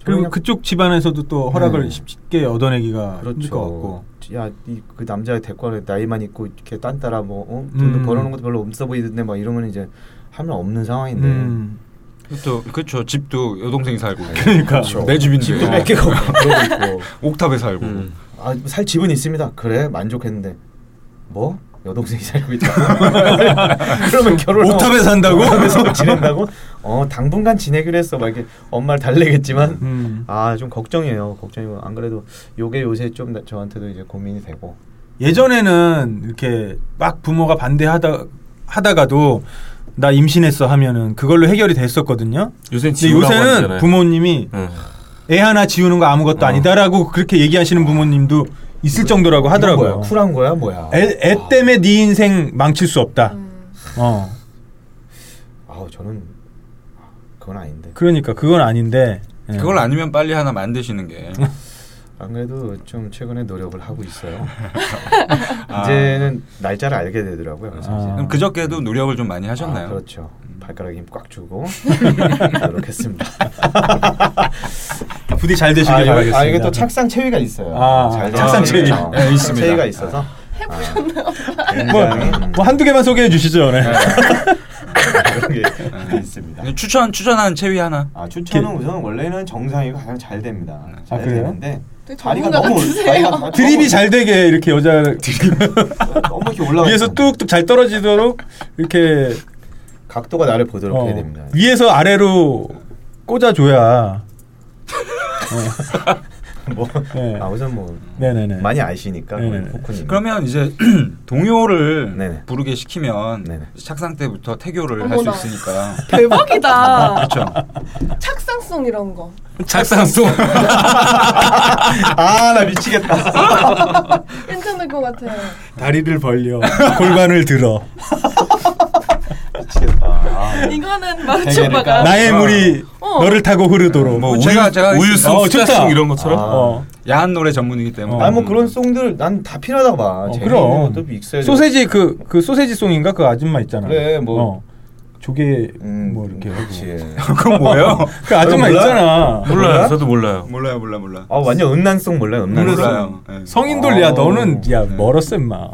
그리고
그냥
그쪽 집안에서도 또 허락을
네.
쉽게 얻어내기가 힘들
그렇죠.
것 같고.
야그 남자의 대가를 나이만 있고 이렇게 딴따라 뭐 어? 돈도
음.
벌어놓은 것도 별로 없어 보이던데 막 이러면 이제 하면 없는
네.
상황인데
음.
그렇죠. 그렇죠. 집도 여동생이 살고.
그러니까
내 집인데.
집도 뺏기고 그러고 있고
옥탑에
음.
살고.
음.
아 살 집은 있습니다 그래 만족했는데 뭐 여동생이 살고 있다 그러면 결혼
옥탑에 산다고?
옥탑에서 뭐 지낸다고 어 당분간 지내기로 했어 막 이렇게 엄마를 달래겠지만
음.
아 좀 걱정이에요 걱정이고 안 그래도 요게 요새 좀 나- 저한테도 이제 고민이 되고
예전에는 이렇게 막 부모가 반대하다 하다가도 나 임신했어 하면은 그걸로 해결이 됐었거든요. 근데
요새는 지우라고 네.
요새는
하잖아요. 어.
부모님이
응.
애 하나 지우는 거 아무것도 아니다라고 그렇게 얘기하시는 부모님도 있을
네.
정도라고 하더라고요.
뭐야, 쿨한 거야 아. 뭐야
애, 애 때문에 네 인생 망칠 수
아.
없다.
음.
어.
아우 저는 그건 아닌데
그러니까 그건 아닌데. 예.
네. 그걸 아니면 빨리 하나 만드시는 게.
안 그래도 좀 최근에 노력을 하고 있어요 이제는 날짜를 알게 되더라고요 그래서
아.
이제
그럼 그저께도 노력을 좀 많이
아,
하셨나요? 음.
그렇죠. 발가락 힘 꽉 주고 노력했습니다.
아, 부디 잘 되시길
예.
아, 이거-
바라겠습니다.
아, 이게 또 착상 체위가 있어요.
아,
잘
착상
되시길
체위. 아.
바라요.
네, 있습니다.
체위가 있어서
뭐,
해보셨나요? 굉장히
뭐 한두 개만 소개해 주시죠. 네.
그런 게 있습니다.
네, 추천 추천하는 체위 하나.
아, 추천은 우선 원래는 정상이가 가장 잘 됩니다. 잘
아, 그래요?
되는데
되게
다리가
전문가
너무 올-
같으세요.
다리가 너무-
드립이 잘 되게 이렇게 여자 그
너무 이렇게 올라가
위에서
있어요.
뚝뚝 잘 떨어지도록 이렇게
각도가 나를 보도록 해야
어,
됩니다.
위에서 아래로 꽂아줘야.
뭐
네.
아, 우선 뭐
네네네.
많이 아시니까
네.
우리 포크님.
그러면 이제 동요를
네네.
부르게 시키면
네네.
착상 때부터 태교를 할 수
어머나.
있으니까.
대박이다.
그렇죠.
착상송 이런 거.
착상송.
아나 미치겠다.
괜찮을 것 같아요.
다리를 벌려 골반을 들어
네,
이거는
그러니까
마루초빠가
나의 물이
어.
너를 타고 흐르도록.
뭐 제가 제가
우유성
어, 좋다.
숫자송 이런 것처럼.
어.
야한 노래 전문이기 때문에.
아니 뭐 그런 송들 난 다 필요하다고 봐.
어,
재밌는
그럼.
것도 있어야
소세지 그 그 소세지 송인가 그 아줌마 있잖아.
그래, 뭐.
어. 조개
음,
뭐 이렇게 하고.
그렇지.
그건 뭐예요?
그 아줌마
몰라?
있잖아.
몰라요. 저도 몰라요.
몰라요, 몰라, 몰라.
아 완전 음란송 몰라요 음란송.
몰라요. 예.
성인돌 야
어.
너는 야 멀었어 임마.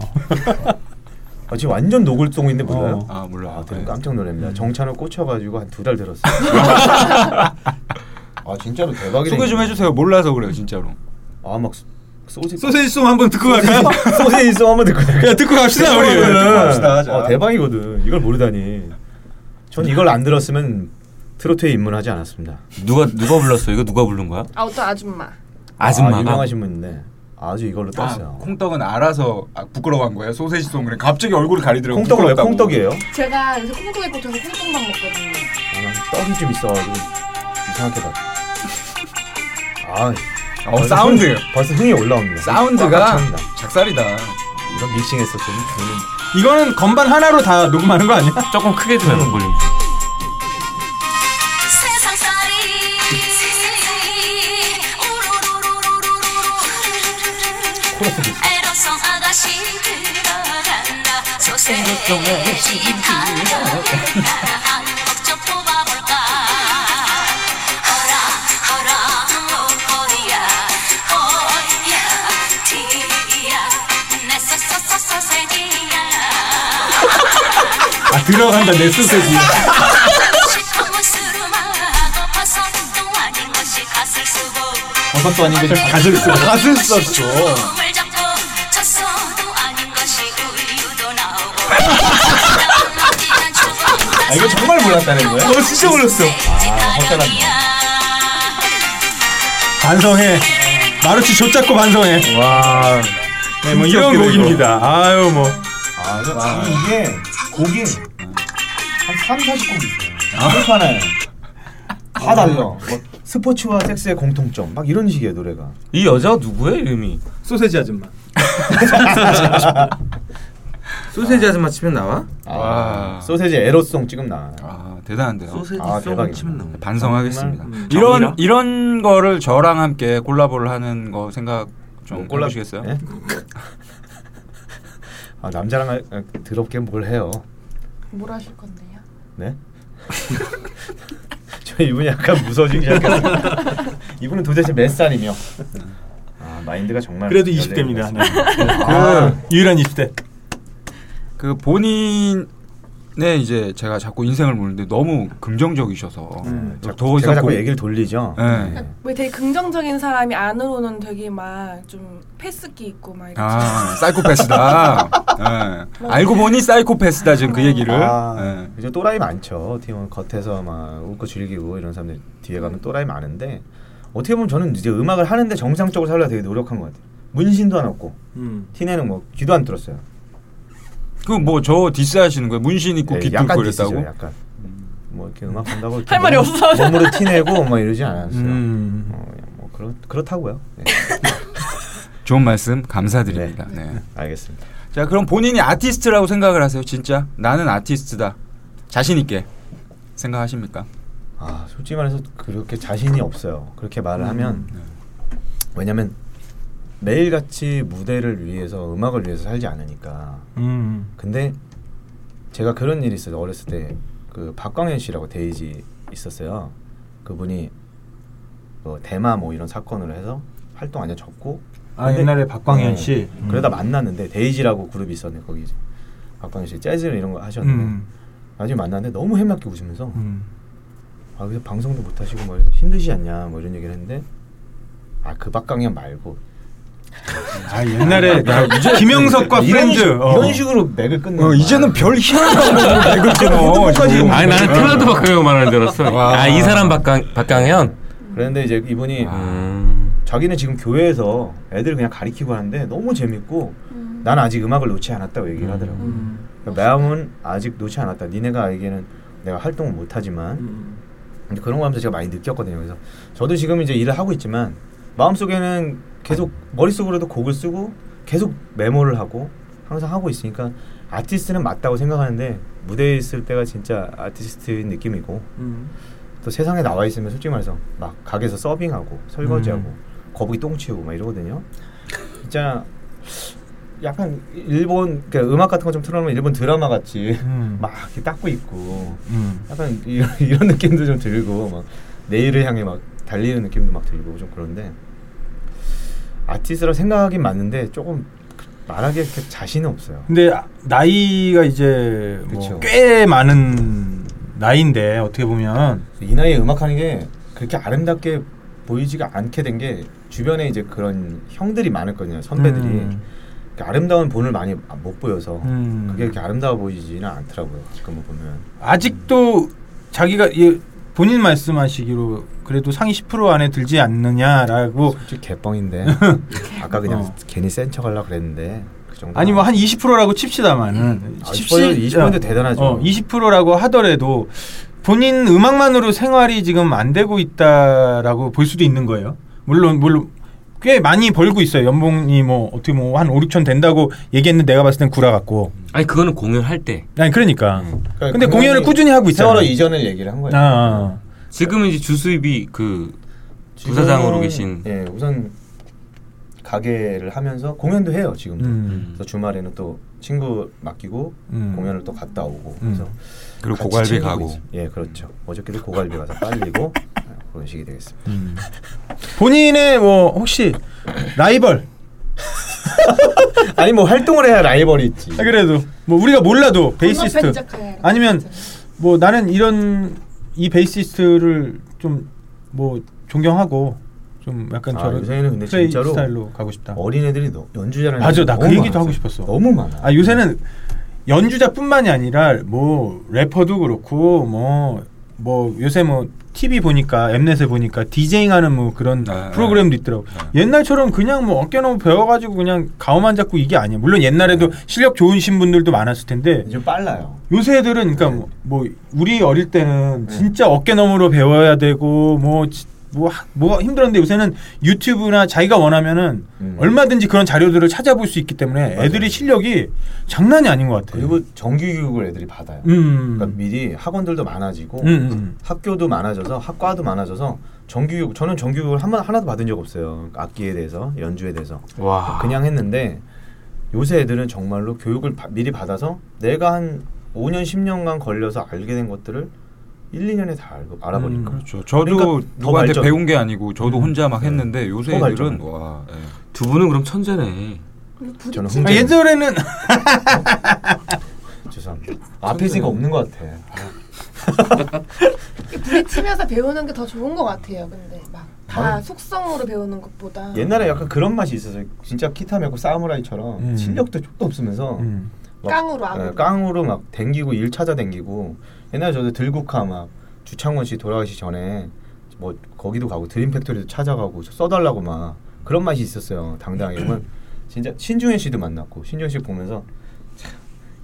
아 지금 완전 노골송인데 몰라요?
어. 음.
아 몰라.
아
아,
들으면 깜짝 놀랍니다. 정찬을 꽂혀가지고 한 두 달 들었어요. 아 진짜로 대박이네.
소개 좀 해주세요. 몰라서 그래요, 진짜로.
아막 소세지 아,
소세지 송 한번 듣고 갈까요?
소세지 송 한번 듣고 갈까요?
야 듣고 갑시다 우리.
이거는
네, 듣고 갑시다, 자.
아, 대박이거든. 이걸 모르다니. 전 이걸 안 들었으면 트로트에 입문하지 않았습니다.
누가 누가 불렀어? 이거 누가 부른 거야?
아 어떤 아줌마.
아줌마가.
아, 유명하신 분인데 아주 이걸로
아,
떴어요.
콩떡은 알아서 아, 부끄러워한 거예요. 소세지 송 그래. 갑자기 얼굴을 가리더라고.
콩떡을 왜 콩떡이에요?
제가 요새 콩국에 꽂혀서 콩국만 먹거든요.
아, 난 떡이 좀 있어가지고 이상하게 봐. 아,
어, 사운드.
벌써 흥이 올라옵니다.
사운드가
꽉 찹니다.
작살이다.
이런 믹싱했었으면 저는
이거는 건반 하나로 다 녹음하는 거 아니야?
조금 크게 줘요 볼륨.
아,
들어간다 내 소세지. 버섯도 아니고 가슬 써.
가슴 썼어.
아, 이거 정말 몰랐다는 아, 거야?
어, 진짜 몰랐어.
반성해. 마루치 좆잡고 반성해.
와.
네,
어,
뭐 이런 곡입니다. 아유 뭐.
아, 이거 지금 이게 곡이 한 3, 40곡 있어요. 그러니까는
아.
다 달라. 뭐 스포츠와 섹스의 공통점. 막 이런 식이에요, 노래가.
이 여자 누구예요 이름이?
소세지 아줌마.
소세지 아줌마 치면 나와?
와.
아, 소세지 에로송 지금 나.
아 대단한데요.
소세지
아,
쏘고
대박이다.
치면 나와.
반성하겠습니다.
정말,
이런
정의랑?
이런 거를 저랑 함께 콜라보를 하는 거 생각 좀
꼴라-
해보시겠어요?
네? 아, 남자랑 할- 아, 더럽게 뭘 해요?
뭘 하실 건데요?
네? 저 이분이 약간 무서워지기 시작했어요. 이분은 도대체 몇 살이며? 아, 마인드가 정말
그래도
열린
20대입니다. 네. 아.
것 같습니다.
그,
유일한 20대.
그 본인의 이제 제가 자꾸 인생을 보는데 너무 긍정적이셔서
음, 자-
더
제가
이상
자꾸
고-
얘기를 돌리죠.
네.
왜 되게 긍정적인 사람이 안으로는 되게 막 좀 패스기 있고 막 이렇게
아 사이코패스다. 예. 알고 보니 사이코패스다 지금 그 얘기를.
아,
예.
이제 또라이 많죠. 어떻게 보면 겉에서 막 웃고 즐기고 이런 사람들 뒤에 가면 또라이 많은데 어떻게 보면 저는 이제 음악을 하는데 정상적으로 살려 되게 노력한 것 같아요. 문신도 안 없고
음.
티내는 뭐 귀도 안 뚫었어요.
그뭐 저 디스하시는 거예요? 문신 입고
예,
귀 뚫고
약간 디스죠,
그랬다고?
약간 뭐 이렇게 음악 한다고
할 말이 없어.
몸으로 티내고 막 이러지 않았어요.
음.
어, 그냥 뭐 그렇 그렇다고요. 네,
좋은 말씀 감사드립니다. 네.
알겠습니다.
자 그럼 본인이 아티스트라고 생각을 하세요 진짜 나는 아티스트다 자신 있게 생각하십니까?
아 솔직히 말해서 그렇게 자신이 없어요. 그렇게 말을 하면
음.
네.
왜냐면 매일같이 무대를 위해서 음악을 위해서 살지 않으니까
음.
근데 제가 그런 일이 있어요. 어렸을 때 그 박광현 씨라고 데이지 있었어요. 그분이 뭐 대마 뭐 이런 사건으로 해서 활동 완전 접고
아
근데-
옛날에 박광현
네.
씨. 음.
그러다 만났는데 데이지라고 그룹이 있었는데 거기 이제 박광현 씨 재즈 이런 거 하셨는데
음.
나중에 만났는데 너무 해맑게 웃으면서
음.
아 그래서 방송도 못 하시고 뭐 힘드시지 않냐 뭐 이런 얘기를 했는데 아 그 박광현 말고
아
음.
옛날에 김영석과
이런
프렌즈.
식-
어.
이런 식으로 맥을 끊는 거야.
어, 별 희한한 방법으로 맥을 끊어
아니 나는 클라우드 박강현 말하는 줄 알았어.
와.
아 이 사람 박강 박강현.
그런데 이제 이분이
아.
음.
자기는 지금 교회에서 애들 그냥 가리키고 하는데 너무 재밌고 난 아직 음악을 놓지 않았다고 얘기를 하더라고.
음.
그러니까 마음은 아직 놓지 않았다. 니네가 알기에는 내가 활동을 못 하지만
음.
근데 그런 거 하면서 제가 많이 느꼈거든요. 그래서 저도 지금 이제 일을 하고 있지만 마음속에는 계속 머릿속으로도 곡을 쓰고 계속 메모를 하고 항상 하고 있으니까 아티스트는 맞다고 생각하는데 무대에 있을 때가 진짜 아티스트인 느낌이고
음.
또 세상에 나와 있으면 솔직히 말해서 막 가게에서 서빙하고 설거지하고 거북이 똥 치우고 막 이러거든요. 진짜 약간 일본 그러니까 음악 같은 거 좀 틀어놓으면 일본 드라마 같이
음.
막 이렇게 닦고 있고
음.
약간 이런, 이런 느낌도 좀 들고 막 내일을 향해 막 달리는 느낌도 막 들고 좀 그런데 아티스트라 생각하긴 맞는데 조금 그 말하기 에 자신은 없어요.
근데 아- 나이가 이제
그쵸.
뭐 꽤 많은 나이인데 어떻게 보면
이 나이에 음악하는 게 그렇게 아름답게 보이지가 않게 된 게 주변에 이제 그런 형들이 많았거든요 선배들이
음.
그러니까 아름다운 본을 많이 못 보여서
음.
그게 이렇게 아름다워 보이지는 않더라고요 지금 보면
아직도 자기가 예, 본인 말씀하시기로 그래도 상위 10% 안에 들지 않느냐라고
솔직히 개뻥인데 아까 그냥
뭐 어.
괜히 센척 하려고 그랬는데 그 정도
아니 뭐 한 20%라고 칩시다만은
아, 20% 20%도 대단하죠.
20%라고 하더라도 본인 음악만으로 생활이 지금 안 되고 있다라고 볼 수도 있는 거예요. 물론 물론 꽤 많이 벌고 있어요. 연봉이 뭐 어떻게 뭐 한 5, 6천 된다고 얘기했는데 내가 봤을 땐 구라 같고.
아니 그거는 공연할 때.
아니 그러니까.
그러니까
근데 공연을
공연이
꾸준히 하고 있잖아.
세월호 이전을 얘기를 한 거예요.
아, 아.
지금은 이제 주수입이 그
지금은,
부사장으로 계신.
예 우선 가게를 하면서 공연도 해요 지금도.
음.
그래서 주말에는 또 친구 맡기고
음.
공연을 또 갔다 오고
음.
그래서
그리고
같이
고갈비
챙기고
가고
있어요. 예 그렇죠. 어저께도 고갈비 가서 빨리고 아, 그런 식이 되겠습니다.
본인의 뭐 혹시 라이벌
아니 뭐 활동을 해야 라이벌이 있지.
아, 그래도 뭐 우리가 몰라도 베이시스트
건너편 시작하는
아니면
거 있잖아요.
뭐 나는 이런 이 베이시스트를 좀 뭐 존경하고 좀 약간
아,
저런
요새는 근데
플레이
진짜로
스타일로 가고 싶다.
어린 애들이 너, 연주자라는
맞아, 나그
애들이 너무
얘기도 하고
많았어요.
싶었어.
너무 많아.
아 요새는 연주자뿐만이 아니라 뭐 래퍼도 그렇고 뭐 뭐 요새 뭐 TV 보니까 엠넷에 보니까 디제잉하는 뭐 그런
아,
네,
프로그램도 있더라고. 옛날처럼 그냥 뭐 어깨너머 배워가지고 그냥 가오만 잡고 이게 아니야. 물론 옛날에도 실력 좋으신 분들도 많았을 텐데
좀 빨라요.
요새 애들은
네.
그러니까 뭐, 뭐 우리 어릴 때는 진짜 어깨너머로 배워야 되고 뭐. 지- 뭐, 하- 뭐 힘들었는데 요새는 유튜브나 자기가 원하면은
음.
얼마든지 그런 자료들을 찾아볼 수 있기 때문에
맞아요.
애들이 실력이 장난이 아닌 것 같아요.
그리고 정규 교육을 애들이 받아요.
음.
그러니까 미리 학원들도 많아지고
음, 음.
학교도 많아져서 학과도 많아져서 정규 교육 저는 정규 교육을 한 번 하나도 받은 적 없어요. 악기에 대해서 연주에 대해서
아.
와.
그냥 했는데 요새 애들은 정말로 교육을 바- 미리 받아서 내가 한 5년 10년간 걸려서 알게 된 것들을 1, 2년에 다 알고 알아보니까
음,
그렇죠. 저도
그러니까 더
누구한테
발전.
배운 게 아니고 저도 혼자 막 했는데 요새
더
애들은
발전.
와. 예.
두 분은 그럼 천재네.
저는
아,
흥재
예전에는 아,
죄송합니다. 앞에 있으니까 없는 것 같아.
부딪히면서 배우는 게 더 좋은 것 같아요. 근데 막 다 속성으로 배우는 것보다
아. 옛날에 약간 그런 맛이 있어서 진짜 키타 메고 사무라이처럼
음.
실력도 조금 없으면서
음.
막,
깡으로
예,
아무
깡으로 막 댕기고 일 찾아 댕기고 옛날에 저도 들국화 막 주창원 씨 돌아가시 전에 뭐 거기도 가고 드림팩토리도 찾아가고 써달라고 막 그런 맛이 있었어요 당당하게 보면 진짜 신중현 씨도 만났고 신중현 씨 보면서 참,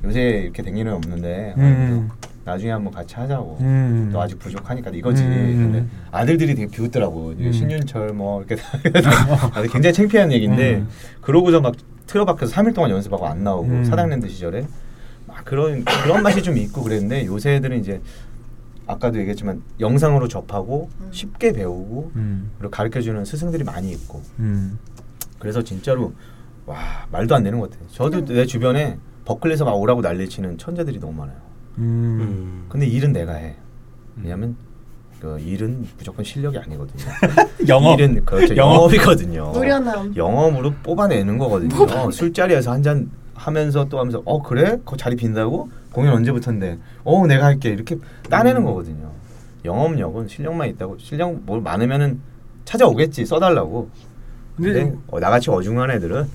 요새 이렇게 댕기는 애 없는데
음.
나중에 한번 같이 하자고
음.
너 아직 부족하니까 이거지
음.
근데 아들들이 되게 비웃더라고
음.
이게 신윤철 뭐 이렇게 아, 굉장히 창피한 얘기인데
음.
그러고서 막 틀어박혀서 3일 동안 연습하고 안 나오고
음.
사당랜드 시절에 막 그런 그런 맛이 좀 있고 그랬는데 요새 애들은 이제 아까도 얘기했지만 영상으로 접하고 쉽게 배우고
음.
그리고 가르쳐 주는 스승들이 많이 있고
음.
그래서 진짜로 와 말도 안 되는 것 같아요. 저도 내 주변에 버클리에서 막 오라고 난리치는 천재들이 너무 많아요.
음.
음.
근데 일은 내가 해. 왜냐면 그 일은 무조건 실력이 아니거든요.
영업.
일은 그렇죠.
영업.
영업이거든요.
노련함.
영업으로 뽑아내는 거거든요. 술자리에서 한 잔 하면서 또 하면서 어 그래? 그 자리 빈다고? 공연 언제부터인데? 어 내가 할게 이렇게 따내는 거거든요. 영업력은 실력만 있다고 실력 뭐 많으면은 찾아오겠지 써달라고. 근데
근데
어, 나같이 어중한 애들은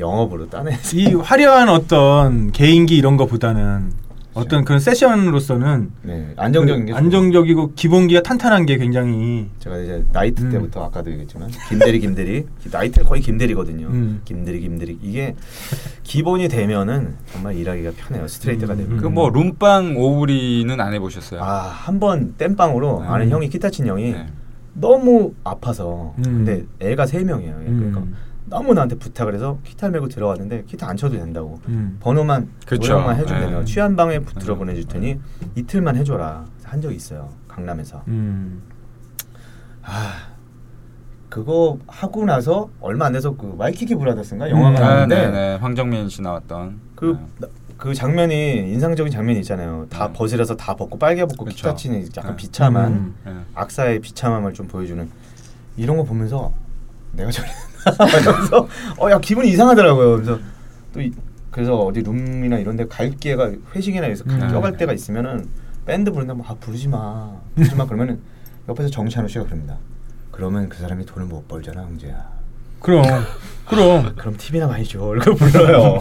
영업으로 따내.
이 화려한 어떤 개인기 이런 거보다는 어떤 그런 세션으로서는
네 안정적인 게 좋아요.
안정적이고 기본기가 탄탄한 게 굉장히
제가 이제 나이트
음.
때부터 아까도 얘기했지만 김대리 김대리 나이트 거의 김대리거든요.
음.
김대리 김대리 이게 기본이 되면은 정말 일하기가 편해요. 스트레이트가 되면.
음.
그 뭐 룸빵 오우리는 안 해보셨어요?
아 한 번
네.
땜빵으로 아는 형이 기타 친 형이
네.
너무 아파서
음.
근데 애가 세 명이에요.
음.
그러니까 너무 나한테 부탁을 해서 기타 메고 들어왔는데 기타 안 쳐도 된다고
음.
번호만
그쵸.
노래만 해주면
네.
된다고 취한 방에 붙들어 보내줄 테니 이틀만 해줘라 한 적 있어요. 강남에서.
음.
아 그거 하고 나서 얼마 안 돼서 그 마이키키 브라더스인가 영화가
음.
아,
나왔는데
네네 황정민 씨 나왔던
그,
네.
나- 그 장면이 인상적인 장면이 있잖아요. 다
네.
버즈라서 다 벗고 빨개 벗고
그쵸.
기타 치는 약간
네.
비참한
음.
네.
악사의 비참함을 좀 보여주는 이런 거 보면서 내가 저랬나 어야 기분이 이상하더라고요. 그래서 또 이- 그래서 어디 룸이나 이런 데 갈 기회가 회식이나 해서 갈-
음.
껴갈 때가 있으면은 밴드 부른다면 아 부르지 마 부르지 마 그러면은 옆에서 정찬우 씨가 그럽니다. 그러면 그 사람이 돈을 못 벌잖아 형제야.
그럼 그럼
그럼 팁이나 많이 줘. 이렇게 불러요.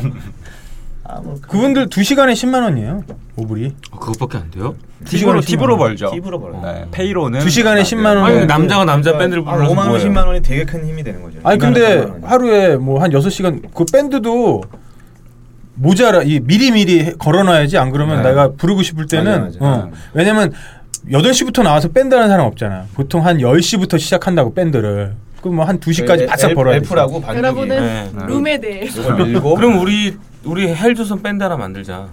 아뭐
그분들 두 시간에 10만 원이에요 오불이
아, 그것밖에 안 돼요?
팁으로 팁으로 벌죠.
팁으로 벌어요.
네, 페이로는
두 시간에
아,
10만 원.
음. 아니
네.
남자가 남자 밴드를
아,
불러서
5만 원,
뭐예요?
10만 원이 되게 큰 힘이 되는 거죠.
아니
10만
근데
원, 10만 원.
하루에 뭐 한 6시간 그 밴드도 모자라 이 미리미리 해- 걸어놔야지 안 그러면
네.
내가 부르고 싶을 때는
맞아, 맞아.
어, 왜냐면 8시부터 나와서 밴드 하는 사람 없잖아 보통 한 10시부터 시작한다고 밴드를 그럼 뭐 한 2시까지
엘-
바짝
엘-
벌어야 돼
엘프라고 반죽이
여러분은
네.
룸에 대해
요걸 밀고
그럼 우리 우리 헬조선 밴드 하나 만들자.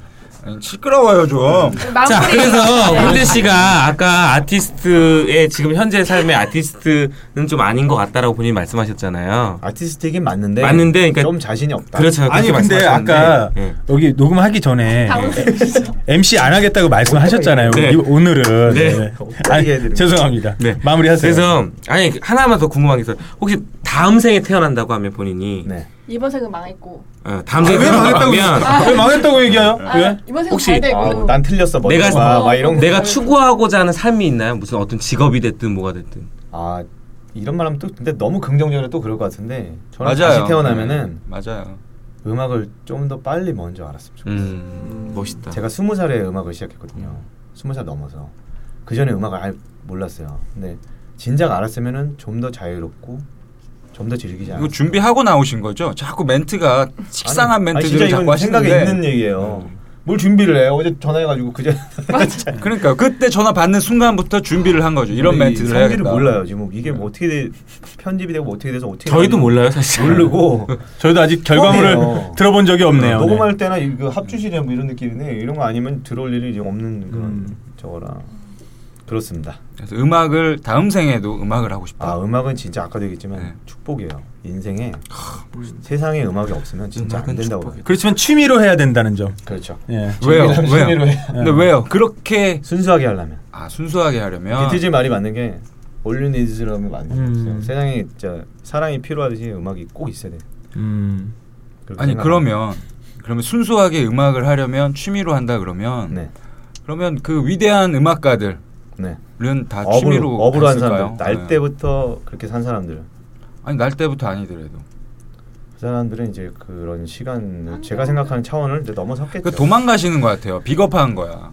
아니, 시끄러워요
음.
좀.
마무리.
자,
네.
그래서 문재 씨가 아까 아티스트의 지금 현재 삶의 아티스트는 좀 아닌 것 같다라고 본인이 말씀하셨잖아요.
아티스트이긴 맞는데
맞는데, 그러니까-
좀 자신이 없다.
그렇죠.
아니
그렇게
근데
말씀하셨는데.
아까
예.
여기 녹음하기 전에 MC 안 하겠다고 말씀하셨잖아요
네.
이- 오늘은
네.
네.
어떻게
아니,
해야 되는
죄송합니다
네.
마무리하세요
그래서 아니 하나만 더 궁금한 게 있어요. 혹시 다음 생에 태어난다고 하면 본인이
네.
이번 생은 망했고
어, 다음 생에
아,
하면
왜 아, 망했다고 얘기해요?
아,
왜?
이번 생은
혹시-
잘 되고
아, 난 틀렸어. 먼저
내가-
봐, 막 이런 거.
내가 추구하고자 하는 삶이 있나요? 무슨 어떤 직업이 됐든 뭐가 됐든.
아 이런 말하면 또 근데 너무 긍정적으로 또 그럴 것 같은데 저는
맞아요.
다시 태어나면은
네, 맞아요.
음악을 좀 더 빨리 먼저 알았으면 좋겠어요.
음, 멋있다.
제가 스무 살에 음악을 시작했거든요. 스무 살 넘어서 그 전에 음악을 아예 몰랐어요. 근데 진작 알았으면은 좀 더 자유롭고 좀 더 즐기지 않았
이거 준비하고 나오신 거죠? 자꾸 멘트가 식상한
아니, 아니,
멘트들을
진짜
자꾸
이건 생각에
하시는데 음.
있는 얘기예요. 뭘 준비를 해요? 어제 전화해가지고 그제
그러니까 그때 전화 받는 순간부터 준비를 한 거죠. 이런 멘트를
성질을
해야겠다.
몰라요. 지금 이게 뭐 어떻게 돼, 편집이 되고 뭐 어떻게 돼서 어떻게 되는지
저희도 몰라요 사실.
모르고
저희도 아직 결과물을
처음이에요. 아,
들어본 적이 없네요.
녹음할 때나 이거 합주실이나 뭐 이런 느낌인데 이런 거 아니면 들어올 일이 지금 없는 그런
음.
저거라 그렇습니다.
그래서 음악을 다음 생에도 음악을 하고 싶다.
아 음악은 진짜 아까도 얘기했지만
네.
축복이에요. 인생에 세상에 음악이 없으면 진짜 안
음악은
된다고.
축복이에요.
네. 그렇지만 취미로 해야 된다는 점.
그렇죠.
예.
왜요?
준비를
왜요?
취미로 음. 해야
근데 왜요? 그렇게
순수하게 하려면
아 순수하게 하려면
비트즈 말이 맞는 게 All You Need라면 맞는
음.
거 같아요. 세상에 진짜 사랑이 필요하듯이 음악이 꼭 있어야 돼.
음.
그렇게
아니
생각합니다.
그러면 그러면 순수하게 음악을 하려면 취미로 한다 그러면
네,
그러면 그 위대한 음악가들은
네.
다 아, 취미로
업으로 업으로 한
갔을까요?
사람들, 날
네.
때부터 그렇게 산 사람들.
아니 날 때부터 아니더라도
그 사람들은 이제 그런 시간을 제가 생각하는 차원을 이제 넘어섰겠죠.
그 도망가시는 것 같아요. 비겁한 거야.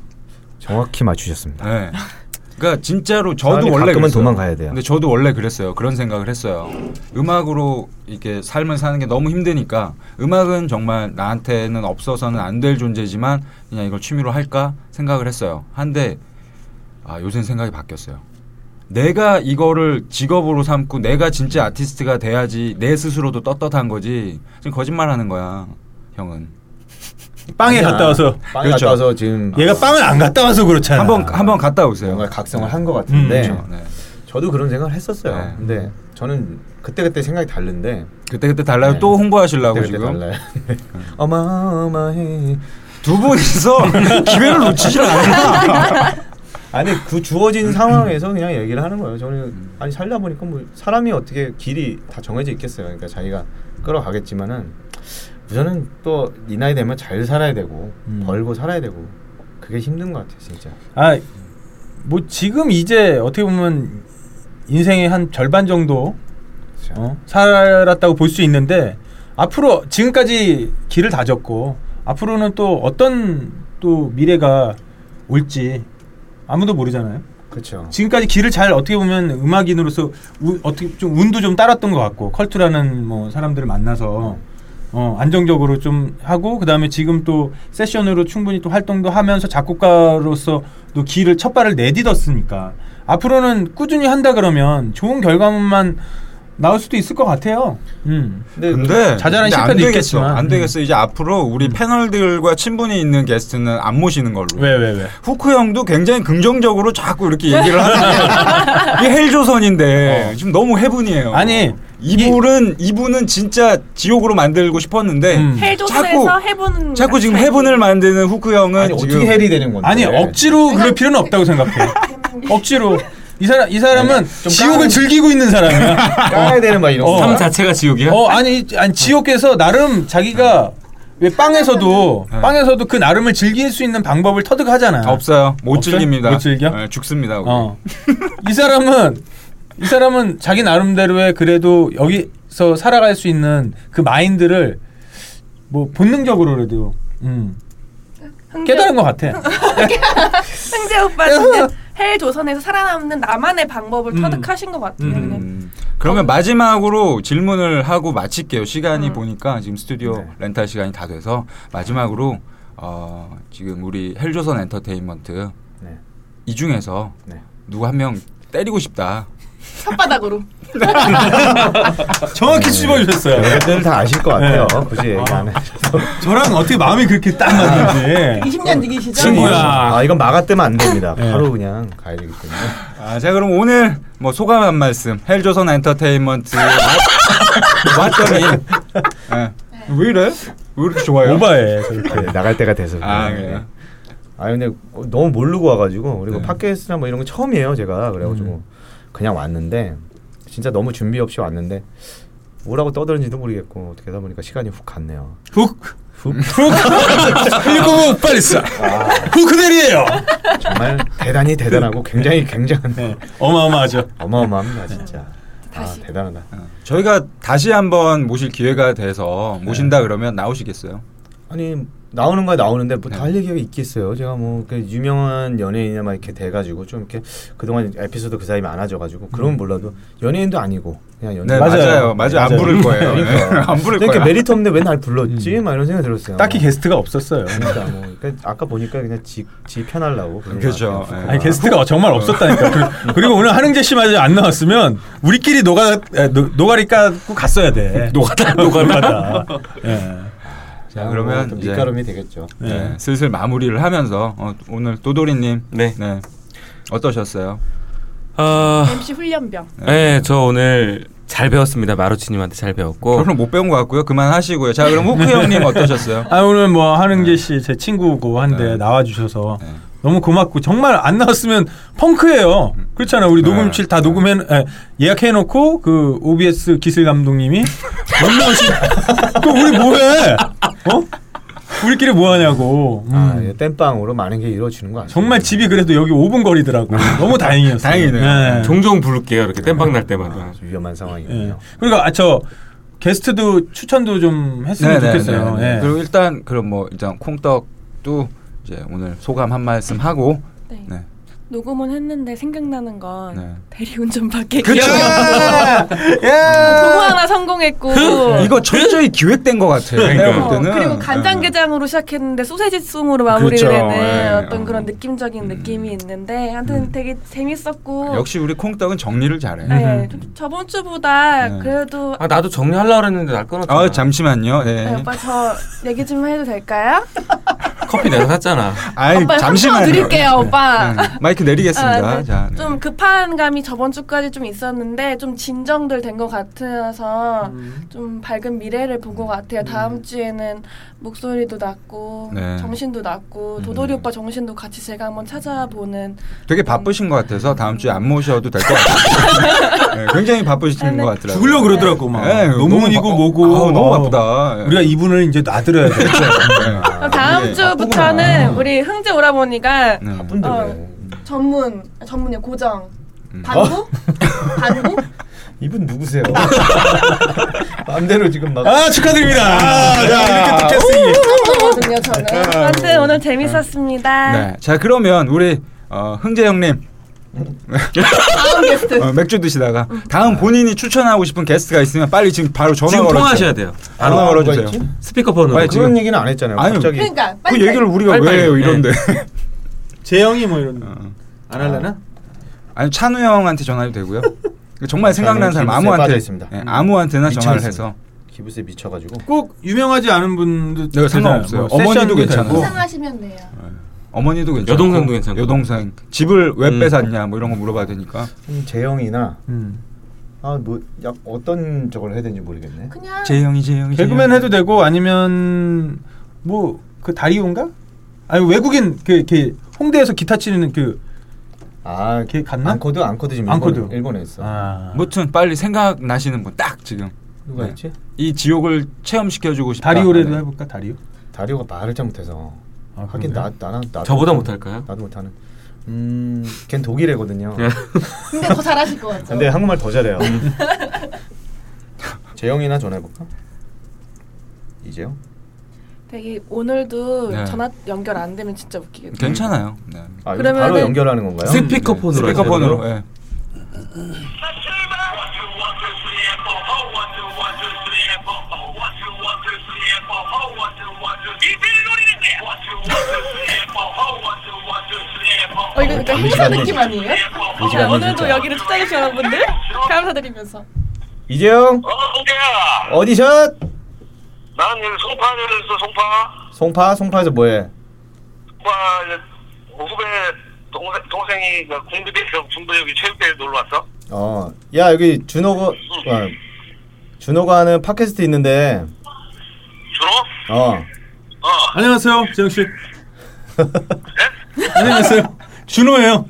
정확히 맞추셨습니다.
네. 그러니까 진짜로 저도
사람이
원래
가끔은
그랬어요.
도망가야 돼요.
근데 저도 원래 그랬어요. 그런 생각을 했어요. 음악으로 이렇게 삶을 사는 게 너무 힘드니까 음악은 정말 나한테는 없어서는 안 될 존재지만 그냥 이걸 취미로 할까 생각을 했어요. 한데 아, 요새 는 생각이 바뀌었어요. 내가 이거를 직업으로 삼고 내가 진짜 아티스트가 돼야지 내 스스로도 떳떳한 거지. 지금 거짓말하는 거야, 형은.
빵에
아니야.
갔다 와서
빵에
그렇죠.
갔다 와서 지금
얘가 빵을 안 갔다 와서 그렇잖아.
한번 한번 갔다 오세요.
뭔가 각성을 네, 한 것 같은데
음,
네.
저도 그런 생각을 했었어요.
네.
근데 저는 그때 그때 생각이 다른데
그때 그때 달라요.
네.
또 홍보하시려고
그때 그때
지금
달라요. 네. 어마어마해.
두 분이서 기회를 놓치질 않아.
아니 그 주어진 상황에서 그냥 얘기를 하는 거예요. 저는 아니 살다 보니까 뭐 사람이 어떻게 길이 다 정해져 있겠어요. 그러니까 자기가 끌어가겠지만은 우선은 또 이 나이 되면 잘 살아야 되고
음.
벌고 살아야 되고 그게 힘든 것 같아요, 진짜.
아, 뭐 지금 이제 어떻게 보면 인생의 한 절반 정도
그렇죠.
어? 살았다고 볼 수 있는데 앞으로 지금까지 길을 다졌고 앞으로는 또 어떤 또 미래가 올지 아무도 모르잖아요.
그렇죠.
지금까지 길을 잘 어떻게 보면 음악인으로서 우- 어떻게 좀 운도 좀 따랐던 것 같고 컬투라는 뭐 사람들을 만나서 어, 안정적으로 좀 하고 그다음에 지금 또 세션으로 충분히 또 활동도 하면서 작곡가로서 또 길을 첫 발을 내딛었으니까 앞으로는 꾸준히 한다 그러면 좋은 결과만 나올 수도 있을 것 같아요. 음.
근데,
근데 근데
자잘한 실패도
안 되겠어.
있겠지만. 음.
안 되겠어. 이제 앞으로 우리 패널들과 친분이 있는 게스트는 안 모시는 걸로.
왜 왜 왜?
후크 형도 굉장히 긍정적으로 자꾸 이렇게 얘기를 하는데 이게 헬조선인데 지금 너무 해분이에요.
어. 아니,
이분은 이분은 진짜 지옥으로 만들고 싶었는데
음.
헬조선에서 해보는
자꾸 지금 해분을 만드는 후크 형은
아니
지금
어떻게 해리 되는 건데?
아니 억지로 그럴 필요는 없다고 생각해. 억지로 이 사람 이 사람은
좀
지옥을
까는-
즐기고 있는 사람이야.
까야 되는 막 이런
어.
거.
삶 자체가 지옥이야?
어 아니 아니 지옥에서 나름 자기가 왜 빵에서도 빵에서도 그 나름을 즐길 수 있는 방법을 터득하잖아.
없어요. 못
없어요?
즐깁니다.
못 즐겨?
네, 죽습니다. 우리.
어. 이 사람은 이 사람은 자기 나름대로의 그래도 여기서 살아갈 수 있는 그 마인드를 뭐 본능적으로라도 음, 깨달은 것 같아.
승재 오빠 진짜 헬조선에서 살아남는 나만의 방법을
음.
터득하신 것 같아요.
음.
그냥.
음, 그러면 마지막으로 질문을 하고 마칠게요. 시간이 보니까 지금 스튜디오
네.
렌탈 시간이 다 돼서 마지막으로 어, 지금 우리 헬조선 엔터테인먼트
네.
이 중에서
네.
누구 한 명 때리고 싶다.
혓바닥으로
정확히 씹어주셨어요.
여러분들 다 아실 것 같아요.
네.
굳이 얘기 안 해.
저랑 어떻게 마음이 그렇게 딱 맞는지.
20년 이기시죠?
친구야.
아 이건 막아뜨면 안 됩니다.
네.
바로 그냥 가야 되기 때문에.
아, 자 그럼 오늘 뭐 소감 한 말씀 헬조선 엔터테인먼트 왔- 왔더니 예. 왜 이래? 왜 이렇게 좋아요?
오바해. 저렇게.
네, 나갈 때가 돼서.
아
그래요.
그래요.
아 근데 어, 너무 모르고 와가지고 그리고
네.
팟캐스트나 뭐 이런 거 처음이에요 제가 그래가지고 그냥 왔는데 진짜 너무 준비 없이 왔는데 뭐라고 떠드는지도 모르겠고 어떻게 하다 보니까 시간이 훅 갔네요.
훅 아.
훅
일곱 빨리 쏴. 후크넬이에요.
정말 대단히 대단하고 굉장히 굉장한
어마어마하죠.
어마어마합니다 진짜. 아
다시.
대단하다.
저희가 다시 한번 모실 기회가 돼서 모신다 그러면 나오시겠어요?
아니 나오는 거야 나오는데 뭐 다
네.
할 얘기가 있겠어요. 제가 뭐그 유명한 연예인이나 막 이렇게 돼가지고 좀 이렇게 그동안 에피소드 그 사이 많아져가지고 그러면 몰라도 연예인도 아니고 그냥 연예인.
네
맞아요.
맞아요. 맞아요. 안
맞아요.
부를 거예요. 네.
그러니까.
안 부를
그러니까
거예요.
메리트 없는데 왜 날 불렀지? 막 이런 생각이 들었어요. 뭐.
딱히 게스트가 없었어요.
그러니까 뭐 그러니까 아까 보니까 그냥 지지 편하려고. 그런
그렇죠.
것 같아요.
예.
아니 게스트가 정말 없었다니까. 그리고- 그리고 오늘 한흥재 씨마저 안 나왔으면 우리끼리 노가 에, 노, 노가리 까고 갔어야 돼. 노가다 노가다. 예.
자, 그러면
뭐 좀
이제-
밑가름이 되겠죠.
뭐 네, 슬슬 마무리를 하면서 어, 오늘 도도리님
네.
네. 어떠셨어요?
아,
MC 훈련병.
네, 저 오늘 잘 배웠습니다. 마루치님한테 잘 배웠고.
별로 못 배운 것 같고요. 그만하시고요. 자, 그럼 후크 형님 어떠셨어요?
아 오늘 뭐 한흥재 씨 제 친구고 한데 나와주셔서
네.
너무 고맙고 정말 안 나왔으면 펑크예요. 그렇잖아 우리
네.
녹음실 다 녹음해 에, 예약해놓고 그 OBS 기술 감독님이 못 나오시. 그럼 우리 뭐해? 어? 우리끼리 뭐하냐고. 음.
아, 예, 땜빵으로 많은 게 이루어지는 거 아니에요?
정말 집이 그래도 여기 5분 거리더라고. 너무 다행이었어요.
아, 다행이네요.
예.
종종 부를게요. 이렇게 땜빵 날 때마다.
좀 위험한 상황이군요.
예. 그러니까 아, 저 게스트도 추천도 좀
네,
했으면 좋겠어요. 예.
그리고 일단 그럼 뭐 일단 콩떡도 이제 오늘 소감 한 말씀 하고
네.
네.
녹음은 했는데 생각나는 건
네.
대리운전밖에
그쵸.
기억이 안 나요. 그거 하나 성공했고
그,
어.
이거 철저히 기획된 것 같아요.
그러니까요.
내가 볼 때는. 네.
그리고 간장게장으로 시작했는데 소세지송으로 마무리를
그렇죠.
되는
예.
어떤
어. 음.
그런 느낌적인 느낌이 있는데 하여튼 되게 재밌었고
역시 우리 콩떡은 정리를 잘해. 요
뭐. 네, 저- 저번 주보다
네.
그래도
아, 나도 정리하려고 했는데 날 끊었잖아.
아 잠시만요. 네.
네, 오빠 저 얘기 좀 해도 될까요?
커피 내가 샀잖아.
아이
오빠
네, 잠시만요.
한번 드릴게요 오빠
네. 마이크 내리겠습니다.
아, 네.
자, 네.
좀 급한 감이 저번 주까지 좀 있었는데 좀 진정들 된 것 같아서
음.
좀 밝은 미래를 본 것 같아요. 다음 주에는 목소리도 낮고
네.
정신도 낮고 도돌이 오빠 정신도 같이 제가 한번 찾아보는
되게 바쁘신 것 같아서 다음 주에 안 모셔도 될 것 같아요. 네, 굉장히 바쁘신 것 같더라고요.
죽으려 고 그러더라고 막
네,
논문이고
너무 바-
뭐고
아우, 너무
어.
바쁘다. 예.
우리가 이분을 이제 놔드려야 돼.
그럼 다음
예.
주부터는 우리 흥재 오라버니가
네.
바쁜데
어.
왜?
전문 아, 전문이요 고정.
음.
반구? 반구?
이분 누구세요? 맘대로 지금 막
아 축하드립니다. 아, 자, 이렇게 또 캐스팅이.
반구거든요 저는.
아무튼 오늘 재밌었습니다.
네. 자 그러면 우리 어, 흥재 형님
다음 게스트.
어, 맥주 드시다가 다음 본인이 추천하고 싶은 게스트가 있으면 빨리 지금 바로 전화
지금
걸어주세요.
통화하셔야 돼요.
바로
아,
걸어주세요.
뭐가 있지?
스피커폰으로.
아니,
그런 얘기는 안 했잖아요.
아니,
갑자기
그러니까
그
빨리
얘기를 우리가
빨리,
왜 해요
빨리.
이런데?
재영이 뭐 이런.
어.
안 할라나?
아니 찬우 형한테 전화해도 되고요. 정말 생각나는 사람
기부세에
아무한테
빠져 있습니다.
예, 아무한테나 전화를
미쳐있습니다.
해서
기부세 미쳐가지고
꼭 유명하지 않은 분들
네, 상관없어요.
되잖아요. 뭐
어머니도
세션도 되고.
괜찮아요.
상하시면 돼요.
어머니도 괜찮고
여동생도 괜찮고.
여동생 집을 왜
음.
뺏었냐 뭐 이런 거 물어봐야 되니까
음, 재영이나
음.
아뭐약 어떤 저걸 해야 되는지 모르겠네.
그냥
아. 재영이 재영이
개그맨
재영이.
해도 되고 아니면 뭐 그 다리온가? 아니 외국인 그 이렇게 홍대에서 기타 치는 그
아,
걔 갔나?
앙코드 앙코드 지금
앙코드.
일본, 일본에 있어.
아.
무튼 빨리 생각나시는 분 딱 지금
누가
네.
있지?
이 지옥을 체험시켜주고 싶다 네.
다리오래도 해볼까 다리오?
다리오가 말을 잘못해서
아,
하긴 나
그런가요?
나나 나
저보다 못할까요?
나도 못하는. 음, 걘 독일애거든요.
근데 더 잘하실 것 같죠.
근데 한국말 더 잘해요. 재영이나 전화해볼까? 이재영?
되게 오늘도
네.
전화 연결 안 되면 진짜 웃기겠다.
괜찮아요 네.
아,
그러면은-
그러면 바로 연결하는 건가요?
스피커폰으로.
스피커폰으로 예.
어 이거 그러니까 행사 느낌 아니에요?
네, 오늘도 여기를 찾아주신 여러분들 감사드리면서
이재영
어, 송태야.
어디샷?
난 여기 송파를 했어, 송파.
송파 송파에서 뭐해?
송파, 이제 후배 동생, 동생이 그 공비대에서 중부여기 체육대회 놀러 왔어.
어, 야 여기 준호가 어, 준호가 하는 팟캐스트 있는데
준호?
어
어.
안녕하세요 재영 씨. 네? 안녕하세요 준호예요.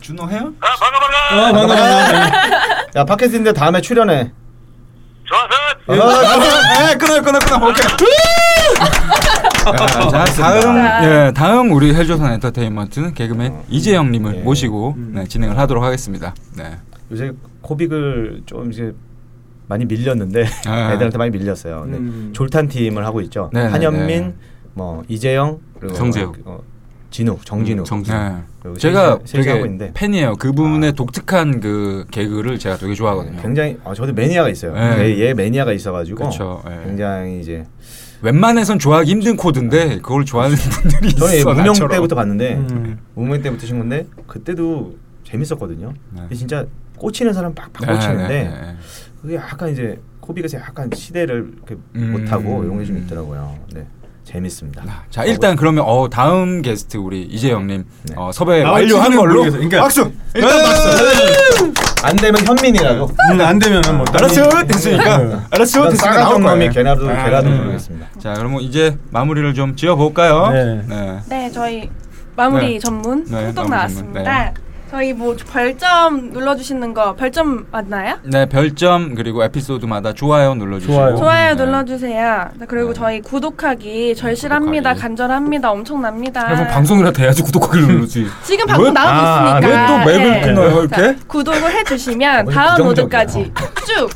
준호 해요?
어.
아, 반가, 반가.
아 반가워요.
야 팟캐스트인데 다음에 출연해.
조선
어.
예, 예, 끊어요, 끊어, 끊어. 오케이. 아, 자, 다음, 예, 다음 우리 헬조선 엔터테인먼트는 개그맨
어.
이재영님을
예.
모시고
음.
네, 진행을 하도록 하겠습니다. 네.
요새 코빅을 좀 이제 많이 밀렸는데
아.
애들한테 많이 밀렸어요. 근데
음.
졸탄 팀을 하고 있죠.
네네네.
한현민, 뭐 이재영, 그리고
정재욱.
어, 진우, 정진우.
음, 정진우.
네.
그리고
제가
셋이- 셋이 하고
되게
있는데. 아.
팬이에요. 그분의 독특한 그 개그를 제가 되게 좋아하거든요.
굉장히 어, 저도 매니아가 있어요.
네.
얘, 얘 매니아가 있어가지고
그쵸, 예.
굉장히 이제
웬만해선 좋아하기 힘든 코드인데 그걸 좋아하는 분들이 있어.
저는 얘 무명
나처럼.
때부터 봤는데
음.
무명 때부터 친 건데 그때도 재밌었거든요.
네.
근데 진짜 꽂히는 사람 빡빡
네,
꽂히는데
네, 네, 네.
그게 약간 이제 코빅에서 약간 시대를 이렇게
음.
못하고 이런 게 좀 있더라고요. 네, 재밌습니다.
자 일단 그러면 어, 다음 게스트 우리 이재영님
네.
어, 섭외
아,
완료한
지금
걸로
모르겠어요. 그러니까-
박수. 네.
일단 박수.
안 되면 현민이라고.
음, 안 되면은 뭐
알았어요 됐으니까 알았어요
그런
됐으니까
싸가지
네. 나올
놈이
거예요.
개나도
아,
개나도
네.
모르겠습니다.
자 그러면 뭐 이제 마무리를 좀 지어 볼까요?
네.
네, 저희 마무리
네.
전문
네,
네, 뚝
마무리
나왔습니다.
전문,
저희 뭐 별점 눌러주시는 거 별점 맞나요?
네, 별점 그리고 에피소드마다 좋아요 눌러주시고
좋아요.
좋아요
네.
눌러주세요. 그리고
네.
저희 구독하기 절실합니다,
구독하기. 뭐
간절합니다, 엄청납니다.
그래서 방송이라도 해야지 구독하기를 누르지.
지금 방송
왜?
나오고
아,
있으니까 네.
왜또 맵을 끊어요,
자,
이렇게?
구독을 해주시면
어머니
다음
부정적이야.
모드까지 쭉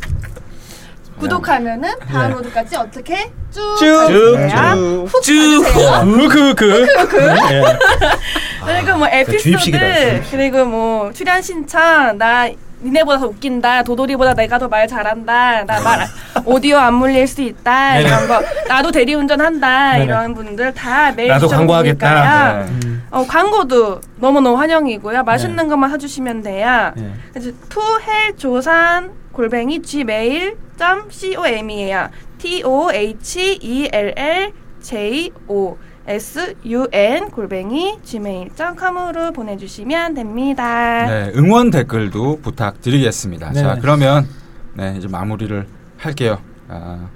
구독하면은 다음 로드까지 어떻게 쭉
쭉,
아,
가주세요.
쭉.
훅 가주세요.
그그그
그리고 뭐 에피소드
주입식이다, 주입식.
그리고 뭐 출연 신청 나 니네보다 더 웃긴다 도돌이보다 내가 더 말 잘한다 나 말 오디오 안 물릴 수 있다 이런 거 나도 대리운전한다
네네.
이런 분들 다 메일
나도
주셔도
광고하겠다.
되니까요.
네.
어, 광고도 너무너무 환영이고요 맛있는 것만 사주시면 돼요
네.
그래서 투헬조산 골뱅이 gmail.com이에요 t o h e l l j o s u n 골뱅이 gmail.com으로 보내주시면 됩니다.
네, 응원 댓글도 부탁드리겠습니다.
네.
자, 그러면 네, 이제 마무리를 할게요. 아,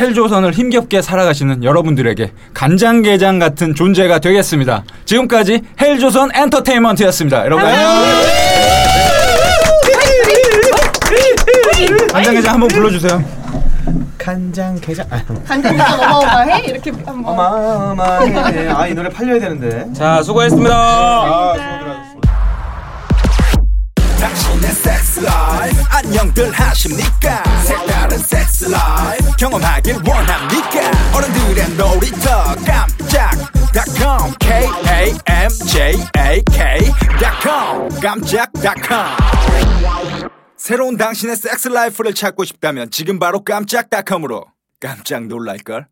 헬조선을 힘겹게 살아가시는 여러분들에게 간장게장 같은 존재가 되겠습니다. 지금까지 헬조선 엔터테인먼트였습니다. 여러분 안녕. 간장게장 한번 불러주세요.
간장 게장.
간간간 어마어마해 이렇게 한번.
어마어마해. 아이 노래 팔려야 되는데.
자, 수고했습니다.
당신의 섹스 라이프 안녕들 하십니까 색다른 섹스 라이프 경험하길 원합니까 어른들의 놀이터 깜짝 닷컴 k-a-m-j-a-k.com 깜짝.com 새로운 당신의 섹스 라이프를 찾고 싶다면 지금 바로 깜짝닷컴으로 깜짝 놀랄걸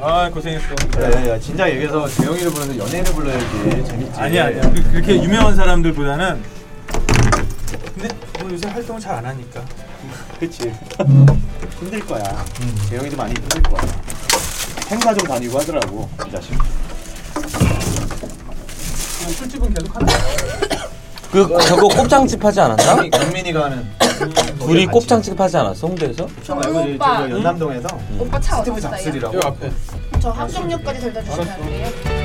아 고생했어
그래, 야, 진작 여기서 재영이를 부르는데 연예인을 불러야지 재밌지.
아니야 아니야 그- 그렇게 유명한 사람들보다는 근데 뭐 요새 활동을 잘 안 하니까
그치.
음.
힘들 거야. 재영이도 많이 힘들 거야. 행사 좀 다니고 하더라고 이 자식.
그냥 술집은 계속 하는 거야
그 저거 꼽장집 하지 않았나?
강민이가 하는 음.
둘이 꼽장집 하지 않았어 홍대에서?
정우 오빠
연남동에서
오빠 차 어디 있어요?
잡슬이라고.
저 합성료까지 들다 주시면 안 돼요?